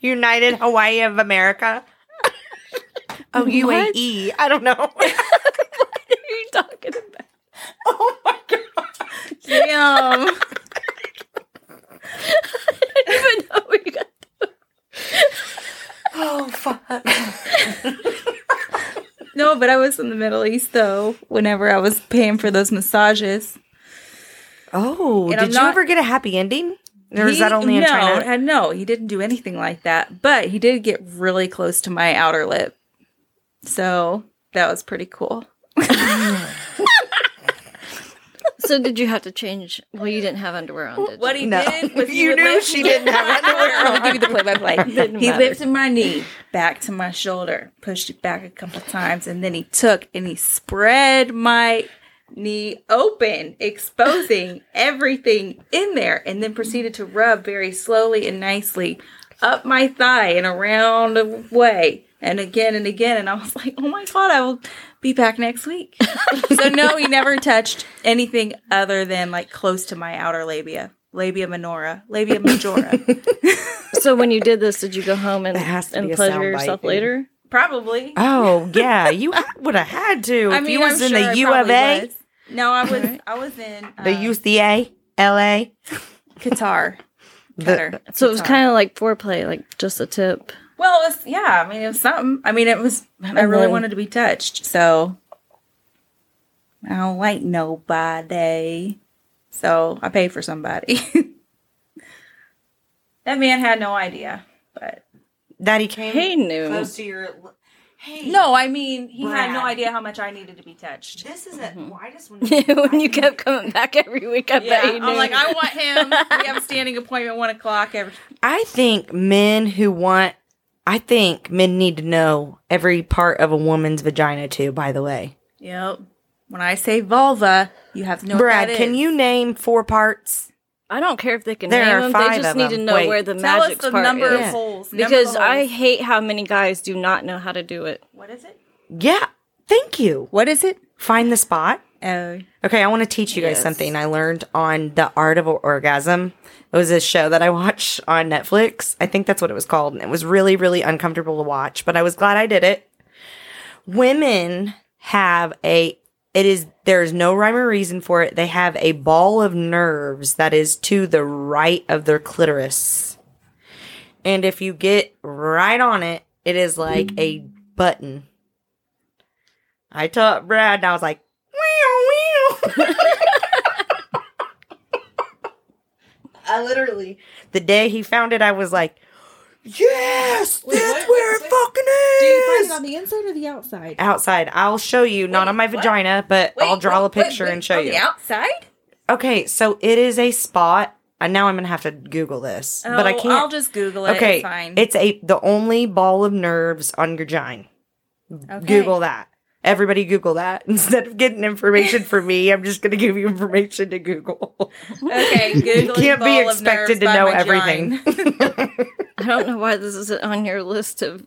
Speaker 1: United Hawaii of America. Oh, UAE. I don't know.
Speaker 3: What are you talking about?
Speaker 1: oh my god.
Speaker 4: Damn.
Speaker 3: I don't even know what you got.
Speaker 1: Oh fuck.
Speaker 4: No, but I was in the Middle East though. Whenever I was paying for those massages,
Speaker 1: Oh,
Speaker 4: And I'm
Speaker 1: did you
Speaker 4: not-
Speaker 1: ever get a happy ending? Or is
Speaker 4: He-
Speaker 1: that only in
Speaker 4: no,
Speaker 1: China?
Speaker 4: uh, No, he didn't do anything like that. But he did get really close to my outer lip, so that was pretty cool.
Speaker 3: So did you have to change? Well, you didn't have underwear on, did you?
Speaker 4: What he
Speaker 1: No.
Speaker 4: did was he
Speaker 1: You
Speaker 4: would
Speaker 1: knew
Speaker 4: lift-
Speaker 1: she didn't have underwear
Speaker 4: Let me give you the play-by-play.
Speaker 3: Didn't
Speaker 4: He
Speaker 3: matter.
Speaker 4: lifted my knee back to my shoulder, pushed it back a couple times, and then he took and he spread my knee open, exposing everything in there, and then proceeded to rub very slowly and nicely up my thigh in a round way. And again and again, and I was like, "Oh my god, I will be back next week." so no, he never touched anything other than like close to my outer labia, labia minora, labia majora.
Speaker 3: So when you did this, did you go home and,
Speaker 1: That has to
Speaker 3: and
Speaker 1: be a
Speaker 3: pleasure
Speaker 1: soundbite,
Speaker 3: yourself
Speaker 1: dude.
Speaker 3: later?
Speaker 4: Probably.
Speaker 1: Oh yeah, you would have had to. if you was in the
Speaker 4: it
Speaker 1: U of
Speaker 4: probably
Speaker 1: A,
Speaker 4: was. No, I was. I was in uh,
Speaker 1: the UCA, LA,
Speaker 4: Qatar.
Speaker 1: the,
Speaker 4: Qatar.
Speaker 3: So it was kind of like foreplay, like just a tip.
Speaker 4: Well, it was, yeah. I mean, it was something. I mean, it was. I really
Speaker 3: then-
Speaker 4: wanted to be touched, so I don't like nobody. So I paid for somebody. that man had no idea, but
Speaker 1: Daddy came
Speaker 3: He knew.
Speaker 1: close to your. li- Hey,
Speaker 4: no, I mean, he had no
Speaker 1: Brad.
Speaker 4: idea how much I needed to be touched.
Speaker 1: This is a. Well, I just want to.
Speaker 3: when you kept coming back every week, I
Speaker 4: Yeah,
Speaker 3: bet you knew.
Speaker 4: I'm like, I want him. we have a standing appointment one o'clock every.
Speaker 1: I think men who want. I think men need to know every part of a woman's vagina too. By the way,
Speaker 4: Yep. When I say vulva, you have to know.
Speaker 1: Brad,
Speaker 4: what that
Speaker 1: can
Speaker 4: is.
Speaker 1: you name four parts?
Speaker 3: I don't care if they can
Speaker 1: There are
Speaker 3: name them. They
Speaker 1: five
Speaker 3: just
Speaker 1: of
Speaker 3: need to
Speaker 1: them.
Speaker 3: know
Speaker 1: Wait.
Speaker 3: where the
Speaker 4: tell us
Speaker 3: magic
Speaker 4: the
Speaker 3: part
Speaker 4: number
Speaker 3: is.
Speaker 4: of holes? number of
Speaker 3: Because I
Speaker 4: holes.
Speaker 3: hate how many guys do not know how to do it.
Speaker 4: What is it?
Speaker 1: Yeah. Thank you.
Speaker 4: What is it?
Speaker 1: Find the spot.
Speaker 4: Oh,
Speaker 1: Okay, I want to teach you guys
Speaker 3: Yes.
Speaker 1: something I learned on The Art of Orgasm. It was a show that I watched on Netflix. I think that's what it was called. And it was really, really uncomfortable to watch, but I was glad I did it. Women have a, it is, there is no rhyme or reason for it. They have a ball of nerves that is to the right of their clitoris. And if you get right on it, it is like a button I took Brad and I was like, "Meow, meow." I literally, the day he found it, I was like, yes,
Speaker 7: Wait,
Speaker 1: that's
Speaker 7: what-
Speaker 1: where
Speaker 7: what-
Speaker 1: it fucking
Speaker 7: Do you find
Speaker 1: is.
Speaker 7: it on the inside or the outside?
Speaker 1: Outside, I'll show you, not
Speaker 7: Wait,
Speaker 1: on my
Speaker 7: what?
Speaker 1: vagina, but I'll draw a picture and show you.
Speaker 7: outside?
Speaker 1: Okay, so it is a spot. And now I'm gonna have to Google this, but I
Speaker 4: Oh,
Speaker 1: can't.
Speaker 4: I'll just Google it.
Speaker 1: okay,
Speaker 4: It's fine.
Speaker 1: it's a the only ball of nerves on your gine.
Speaker 4: Okay.
Speaker 1: Google that. Everybody Google that. Instead of getting information from me, I'm just going to give you information to Google.
Speaker 4: Okay, Google.
Speaker 1: Can't be expected to know everything.
Speaker 3: I don't know why this isn't on your list of.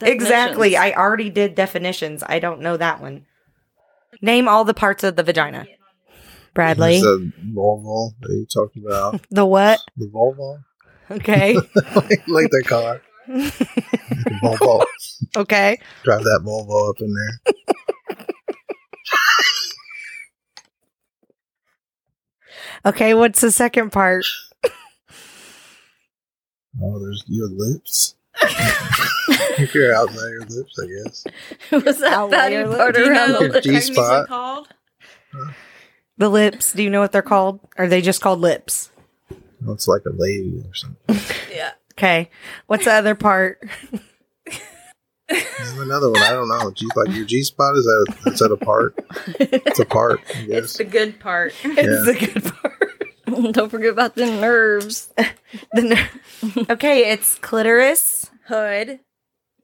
Speaker 1: exactly.
Speaker 3: definitions.
Speaker 1: I already did definitions. I don't know that one. Name all the parts of the vagina. Bradley.
Speaker 2: There's a Volvo that you talked about.
Speaker 1: The what?
Speaker 2: The Volvo?
Speaker 1: Okay.
Speaker 2: like the car. Volvo.
Speaker 1: okay.
Speaker 2: Drive that Volvo up in there.
Speaker 1: Okay. What's the second part?
Speaker 2: Oh, there's your lips. if you're out there, your lips, I guess.
Speaker 3: was that
Speaker 1: I'll
Speaker 3: fatty
Speaker 1: layer
Speaker 3: part
Speaker 1: it.
Speaker 3: around the
Speaker 2: Your
Speaker 3: lip?
Speaker 2: G spot.
Speaker 4: Called?
Speaker 1: The lips. Do you know what they're called? Are they just called lips?
Speaker 2: Looks Oh, like a lady or something.
Speaker 1: Okay. What's the other part?
Speaker 2: There's another one. I don't know. G like your G spot is that is that a part? It's a part. I guess.
Speaker 4: The good part.
Speaker 1: It's the good part.
Speaker 3: Don't forget about the nerves.
Speaker 1: The ner- okay. It's clitoris.
Speaker 4: Hood.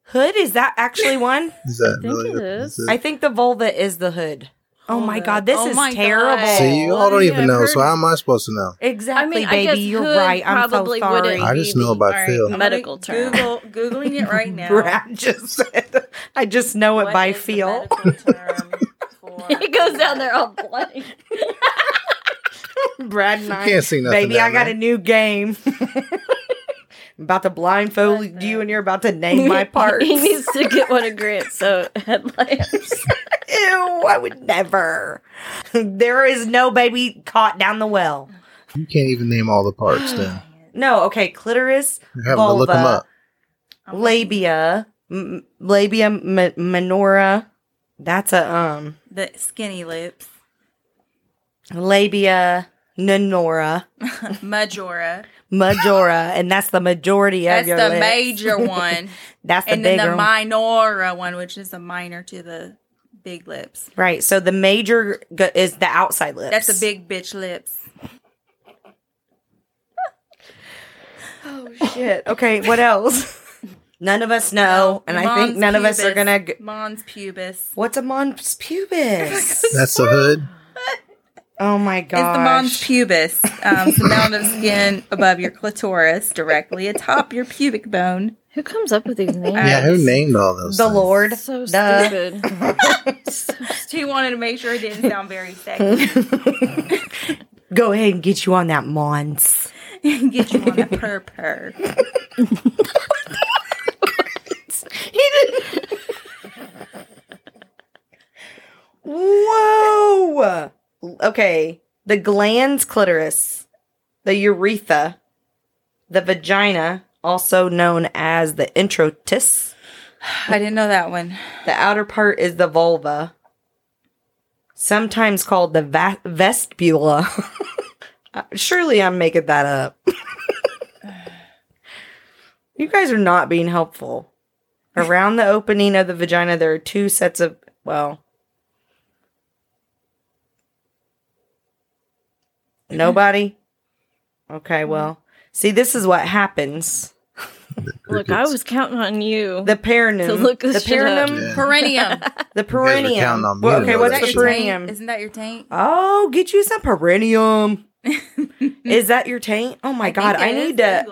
Speaker 1: Hood. Is that actually one?
Speaker 2: Is that
Speaker 3: think
Speaker 2: really?
Speaker 3: it
Speaker 2: the-
Speaker 3: is.
Speaker 2: is
Speaker 1: I think the vulva is the hood. Oh my
Speaker 4: Vulva.
Speaker 1: god, this
Speaker 4: Oh
Speaker 1: is
Speaker 4: my God.
Speaker 1: terrible.
Speaker 4: So
Speaker 2: See, you all don't
Speaker 3: Yeah,
Speaker 2: even know.
Speaker 3: I've
Speaker 2: So
Speaker 3: heard-
Speaker 2: how am I supposed to know?
Speaker 1: Exactly,
Speaker 3: I
Speaker 1: baby.
Speaker 3: guess
Speaker 1: You're
Speaker 3: hood
Speaker 1: right. I'm so
Speaker 3: probably
Speaker 1: sorry.
Speaker 3: wouldn't
Speaker 2: I just know
Speaker 3: the-
Speaker 2: about
Speaker 4: All
Speaker 2: feel.
Speaker 4: I'm
Speaker 3: Medical
Speaker 4: gonna
Speaker 3: term.
Speaker 4: Google, googling it right now.
Speaker 1: Brad just said, I just know it
Speaker 4: What
Speaker 1: by
Speaker 4: is the
Speaker 1: feel.
Speaker 4: medical term for
Speaker 3: He goes down there all blank.
Speaker 1: Brad and I,
Speaker 2: Can't see nothing.
Speaker 1: baby,
Speaker 2: down
Speaker 1: I got
Speaker 2: there.
Speaker 1: a new game. I'm about to blindfold you, and you're about to name my parts.
Speaker 3: he needs to get one of Grant's so headlamps.
Speaker 1: Ew, I would never. There is no baby caught down the well.
Speaker 2: You can't even name all the parts now.
Speaker 1: No, okay, clitoris,
Speaker 2: You're having to look them
Speaker 1: Vulva.
Speaker 2: up.
Speaker 1: labia, m- labia m- minora. That's a um
Speaker 4: The skinny lips.
Speaker 1: labia minora
Speaker 4: Majora.
Speaker 1: majora, and that's the majority of
Speaker 4: That's
Speaker 1: your
Speaker 4: the
Speaker 1: lips.
Speaker 4: major one.
Speaker 1: That's the
Speaker 4: and then
Speaker 1: bigger
Speaker 4: the
Speaker 1: one.
Speaker 4: minora one, which is the minor to the big lips.
Speaker 1: right. So the major g- is the outside lips.
Speaker 4: That's the big bitch lips.
Speaker 1: shit. Okay, what else? none of us know, Oh, and I think
Speaker 4: Mons
Speaker 1: none of us are
Speaker 4: pubis.
Speaker 1: gonna. G-
Speaker 4: Mons pubis.
Speaker 1: What's a mons pubis?
Speaker 2: That's the hood.
Speaker 1: oh my
Speaker 4: It's the
Speaker 1: gosh.
Speaker 4: mons pubis, um, it's the mound of skin above your clitoris, directly atop your pubic bone.
Speaker 3: Who comes up with these names?
Speaker 2: Yeah, who named all those?
Speaker 1: the
Speaker 2: things?
Speaker 1: Lord.
Speaker 3: So
Speaker 1: Duh.
Speaker 3: stupid.
Speaker 4: He wanted to make sure it didn't sound very sexy.
Speaker 1: Go ahead and get you on that mons.
Speaker 4: Get you on a purr purr.
Speaker 1: He didn't. Whoa. Okay. The glands clitoris, the urethra, the vagina, also known as the introitus.
Speaker 4: I didn't know that one.
Speaker 1: The outer part is the vulva, sometimes called the va- vestibula. Uh, Surely I'm making that up. you guys are not being helpful. Around the opening of the vagina, there are two sets of, well, nobody? Okay, well, see, this is what happens.
Speaker 3: Look, I was counting on you.
Speaker 1: The perineum.
Speaker 3: To look this
Speaker 1: the
Speaker 3: shit up.
Speaker 1: perineum.
Speaker 2: Yeah.
Speaker 4: Perennium.
Speaker 1: The
Speaker 2: guys were
Speaker 1: perineum.
Speaker 2: counting on me
Speaker 1: Well,
Speaker 2: to
Speaker 1: okay,
Speaker 2: know
Speaker 1: what's
Speaker 2: that
Speaker 1: the
Speaker 2: shit.
Speaker 1: perineum?
Speaker 4: Isn't that your taint?
Speaker 1: Oh, get you some perineum. is that your taint? Oh my god, I need to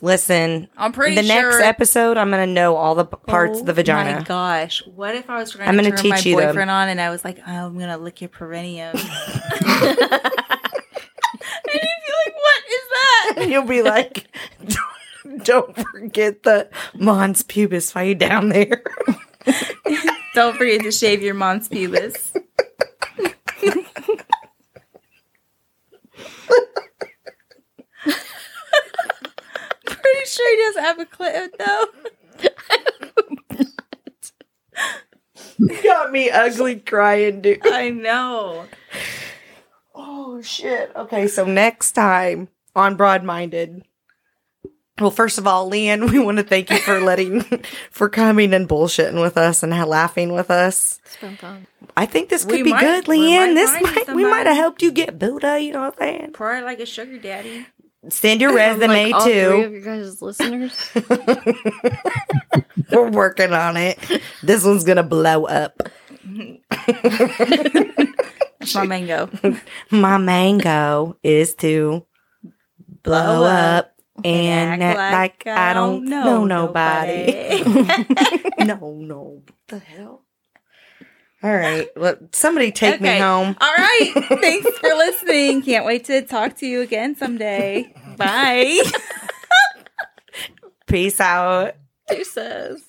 Speaker 1: listen.
Speaker 4: I'm pretty
Speaker 1: the
Speaker 4: sure. Oh
Speaker 1: next episode, I'm gonna know all the p- parts of the
Speaker 4: My
Speaker 1: vagina.
Speaker 4: gosh, what if I was going
Speaker 1: I'm gonna
Speaker 4: to turn
Speaker 1: teach
Speaker 4: my
Speaker 1: you them.
Speaker 4: boyfriend on and I was like, "Oh, I'm going to lick your perineum. and he'd be like, what is that?
Speaker 1: You'll be like, don't, don't forget the mons pubis while you down there.
Speaker 4: Don't forget to shave your mom's pubis. Pretty sure he doesn't have a clit though.
Speaker 1: Got me ugly crying, dude.
Speaker 4: I know.
Speaker 1: Oh shit. Okay, so next time on Broadminded. Well, first of all, Leanne, we want to thank you for letting for coming and bullshitting with us and ha- laughing with us.
Speaker 3: It's been fun.
Speaker 1: I think this could
Speaker 4: We
Speaker 1: be
Speaker 4: might-
Speaker 1: good,
Speaker 4: we
Speaker 1: Leanne.
Speaker 4: might
Speaker 1: this
Speaker 4: find
Speaker 1: might we
Speaker 4: somebody.
Speaker 1: might have helped you get Buddha, you know what I'm saying?
Speaker 4: Probably like a sugar daddy.
Speaker 1: Send your
Speaker 3: Of, like,
Speaker 1: resume
Speaker 3: all three
Speaker 1: too.
Speaker 3: of you guys listeners.
Speaker 1: We're working on it. This one's gonna blow up.
Speaker 4: That's my mango.
Speaker 1: My mango is to blow,
Speaker 4: Blow
Speaker 1: up
Speaker 4: up
Speaker 1: and act like, I don't know nobody. no, no. What the hell? All right. Well, somebody take me
Speaker 4: Okay.
Speaker 1: home.
Speaker 4: All right. Thanks for listening. Can't wait to talk to you again someday. Bye.
Speaker 1: Peace out.
Speaker 3: Who says?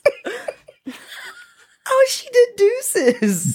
Speaker 1: Oh, she did deuces.